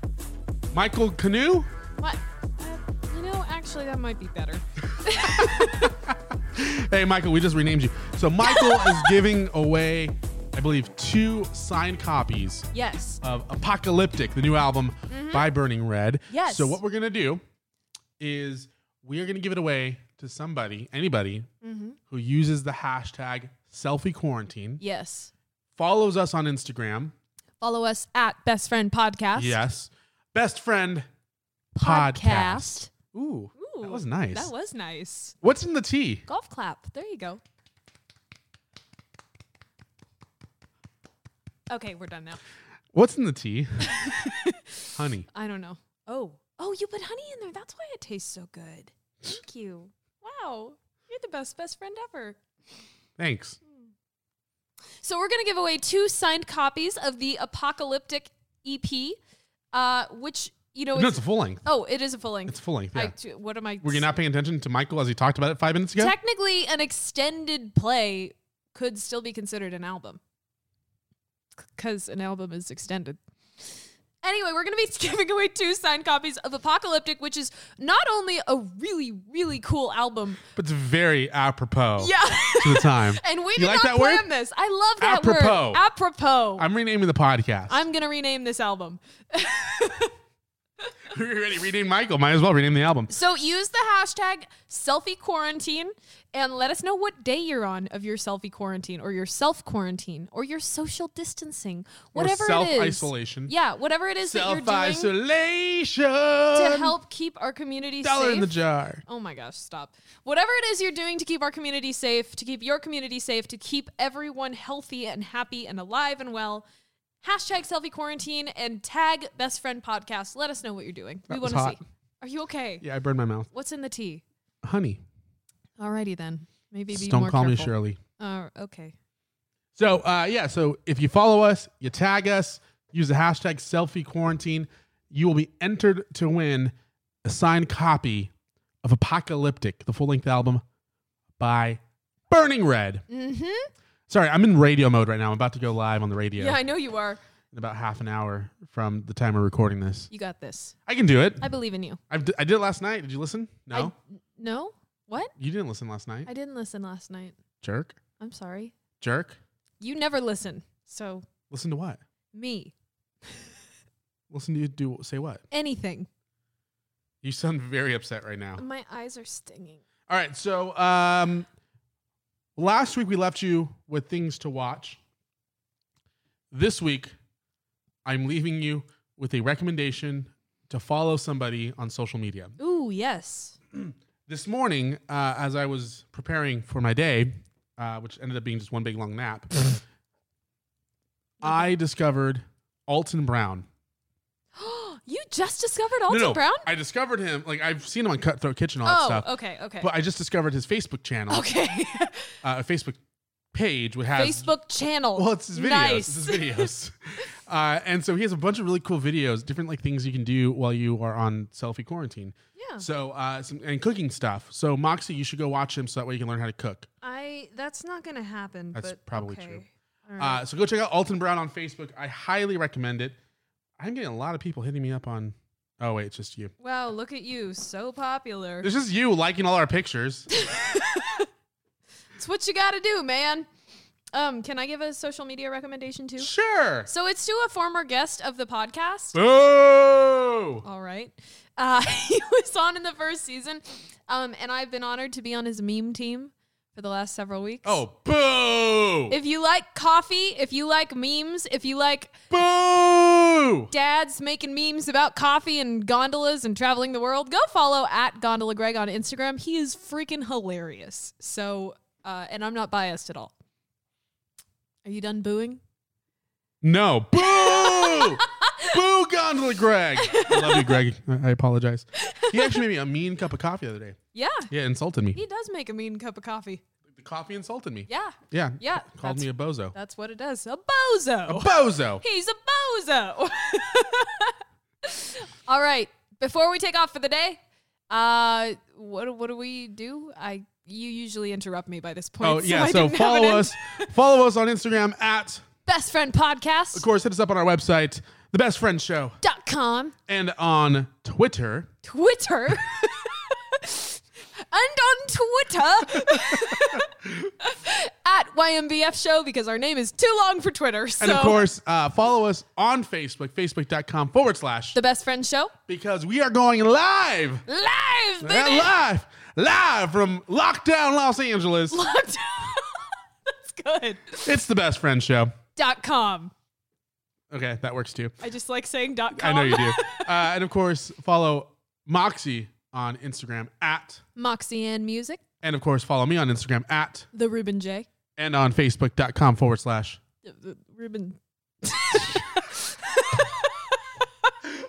Michael Canoe. What? Uh, you know, actually, that might be better. Hey, Michael, we just renamed you. So [LAUGHS] Michael is giving away, I believe, two signed copies Yes. of Apocalyptic, the new album Mm-hmm. by Burning Red. Yes. So what we're gonna do is we are gonna give it away to somebody, anybody Mm-hmm. who uses the hashtag selfie quarantine, Yes. follows us on Instagram. Follow us at Best Friend Podcast. Yes. Best friend Podcast. Ooh, that Ooh, was nice. That was nice. What's in the tea? Golf clap. There you go. Okay, we're done now. What's in the [LAUGHS] tea? Honey. I don't know. Oh, oh, you put honey in there. That's why it tastes so good. Thank you. Wow, you're the best best friend ever. Thanks. So we're gonna give away two signed copies of the Apocalyptic EP, uh, which you know No, it's a full length. Oh, it is a full length. It's full length, I yeah. t- what am I? Were you not paying attention to Michael as he talked about it five minutes ago? Technically, an extended play could still be considered an album because an album is extended. Anyway, we're going to be [LAUGHS] giving away two signed copies of Apocalyptic, which is not only a really, really cool album, but it's very apropos Yeah. to the time. [LAUGHS] and we You did like not that word? plan this. I love that Apropos. word. Apropos. I'm, I'm renaming the podcast. [LAUGHS] going to rename this album. [LAUGHS] you already renamed Michael. Might as well rename the album. So use the hashtag selfie quarantine and let us know what day you're on of your selfie quarantine or your self quarantine or your social distancing, Or whatever it is. self-isolation. Yeah, whatever it is that you're doing Self-isolation. to help keep our community Dollar safe. in the jar. Oh my gosh, stop. Whatever it is you're doing to keep our community safe, to keep your community safe, to keep everyone healthy and happy and alive and well, hashtag selfie quarantine and tag best friend podcast. Let us know what you're doing. That we was want to hot. see. Are you okay? Yeah, I burned my mouth. What's in the tea? Honey. Alrighty then. Maybe Just be don't more call me careful. Shirley. Uh, okay. So uh, yeah, so if you follow us, you tag us, use the hashtag selfie quarantine, you will be entered to win a signed copy of Apocalyptic, the full length album by Burning Red. Mm-hmm. Sorry, I'm in radio mode right now. I'm about to go live on the radio Yeah. I know you are. in about half an hour from the time we're recording this. You got this. I can do it. I believe in you. I've d- I did it last night. Did you listen? Mm-hmm. No, No? What? you didn't listen last night. I didn't listen last night. Jerk, I'm sorry. jerk. You never listen. So Listen to what? me. Listen to you do say what? Anything. You sound very upset right now. My eyes are stinging. All right. So um, last week we left you with things to watch. This week, I'm leaving you with a recommendation to follow somebody on social media. Ooh, yes. This morning, uh, as I was preparing for my day, uh, which ended up being just one big long [LAUGHS] nap, I discovered Alton Brown. you just discovered Alton no, no, Brown? I discovered him. Like I've seen him on Cutthroat Kitchen, all that Oh, stuff. okay, okay. But I just discovered his Facebook channel. [LAUGHS] [LAUGHS] Okay. uh, a Facebook page would have Facebook channel. Well, it's his videos. Nice. It's his videos. uh, and so he has a bunch of really cool videos, different like things you can do while you are on selfie quarantine. Yeah. So uh, some, and cooking stuff. So Moxie, you should go watch him so that way you can learn how to cook. [LAUGHS] I that's not gonna happen. That's but probably okay. true. All Uh, right. so go check out Alton Brown on Facebook. I highly recommend it. I'm getting a lot of people hitting me up on. Oh wait, it's just you. wow, look at you. So popular. It's just you liking all our [LAUGHS] pictures. It's what you gotta do, man. Um, can I give a social media recommendation too? sure. So it's to a former guest of the podcast. Boo. All right. Uh, [LAUGHS] he was on in the first season, um, and I've been honored to be on his meme team for the last several weeks. Oh, boo. If you like coffee, if you like memes, if you like boo. dads making memes about coffee and gondolas and traveling the world, go follow at Gondola Greg on Instagram. He is freaking hilarious. So, uh, and I'm not biased at all. Are you done booing? No. Boo! [LAUGHS] Boo, Gondola Greg. I love you, Greg. I I apologize. He actually made me a mean cup of coffee the other day. Yeah. Yeah, insulted me. He does make a mean cup of coffee. The coffee insulted me. Yeah. Yeah. Yeah. Called that's- me a bozo. That's what it does. A bozo. A bozo. He's a bozo. [LAUGHS] All right. Before we take off for the day, uh, what what do we do? I you usually interrupt me by this point. Oh, yeah. I So didn't have follow an- us. Follow us on Instagram at, Best Friend of Podcast course, hit us up on our website, The Best Friend Show, dot com and on Twitter. Twitter [LAUGHS] and on [LAUGHS] Twitter [LAUGHS] at YMBF Show because our name is too long for Twitter. So And of course, uh, follow us on Facebook, facebook.com forward slash, the Best Friend Show because we are going live. live, Yeah, baby. [LAUGHS] live, live from lockdown Los Angeles. Locked- That's good. It's the best friend show. Dot com. Okay, that works too. I just like saying dot com. I know you do. Uh, and of course, follow Moxie on Instagram at, [LAUGHS] Moxie and Music, and of course, follow me on Instagram at, the Ruben J. and on Facebook.com forward slash. Uh, uh, [LAUGHS] Ruben.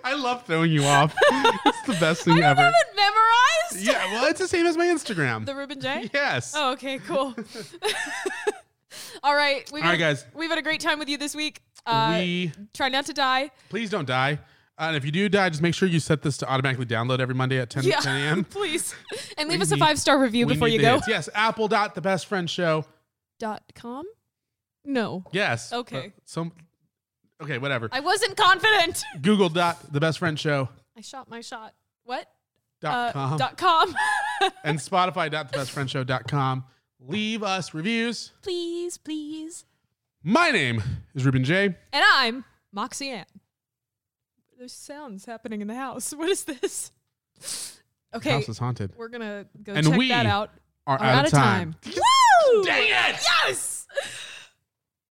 I love throwing you [LAUGHS] off. it's the best thing ever. memorized? Yeah, well, it's the same as my Instagram. The Ruben J? [LAUGHS] Yes. Oh, okay, cool. [LAUGHS] All right. We've All right, had- guys. We've had a great time with you this week. Uh, we Try not to die. please don't die. Uh, and if you do die, just make sure you set this to automatically download every Monday at 10, 10 a.m. [LAUGHS] please. And We leave us a need- five star review we before need you the go. hits. Yes, Apple dot the best friend show. Dot com? No. Yes. Okay. Uh, some. Okay, whatever. I wasn't confident. [LAUGHS] Google dot the best friend show I shot my shot. What? Dot com. Uh, Dot com. [LAUGHS] and Spotify dot the best friend show dot com. Leave us reviews. please, please. My name is Ruben J. And I'm Moxie Ann. There's sounds happening in the house. [LAUGHS] What is this? Okay. house is haunted. We're gonna go And check we that out. are I'm out of time. Woo! Dang it! Yes!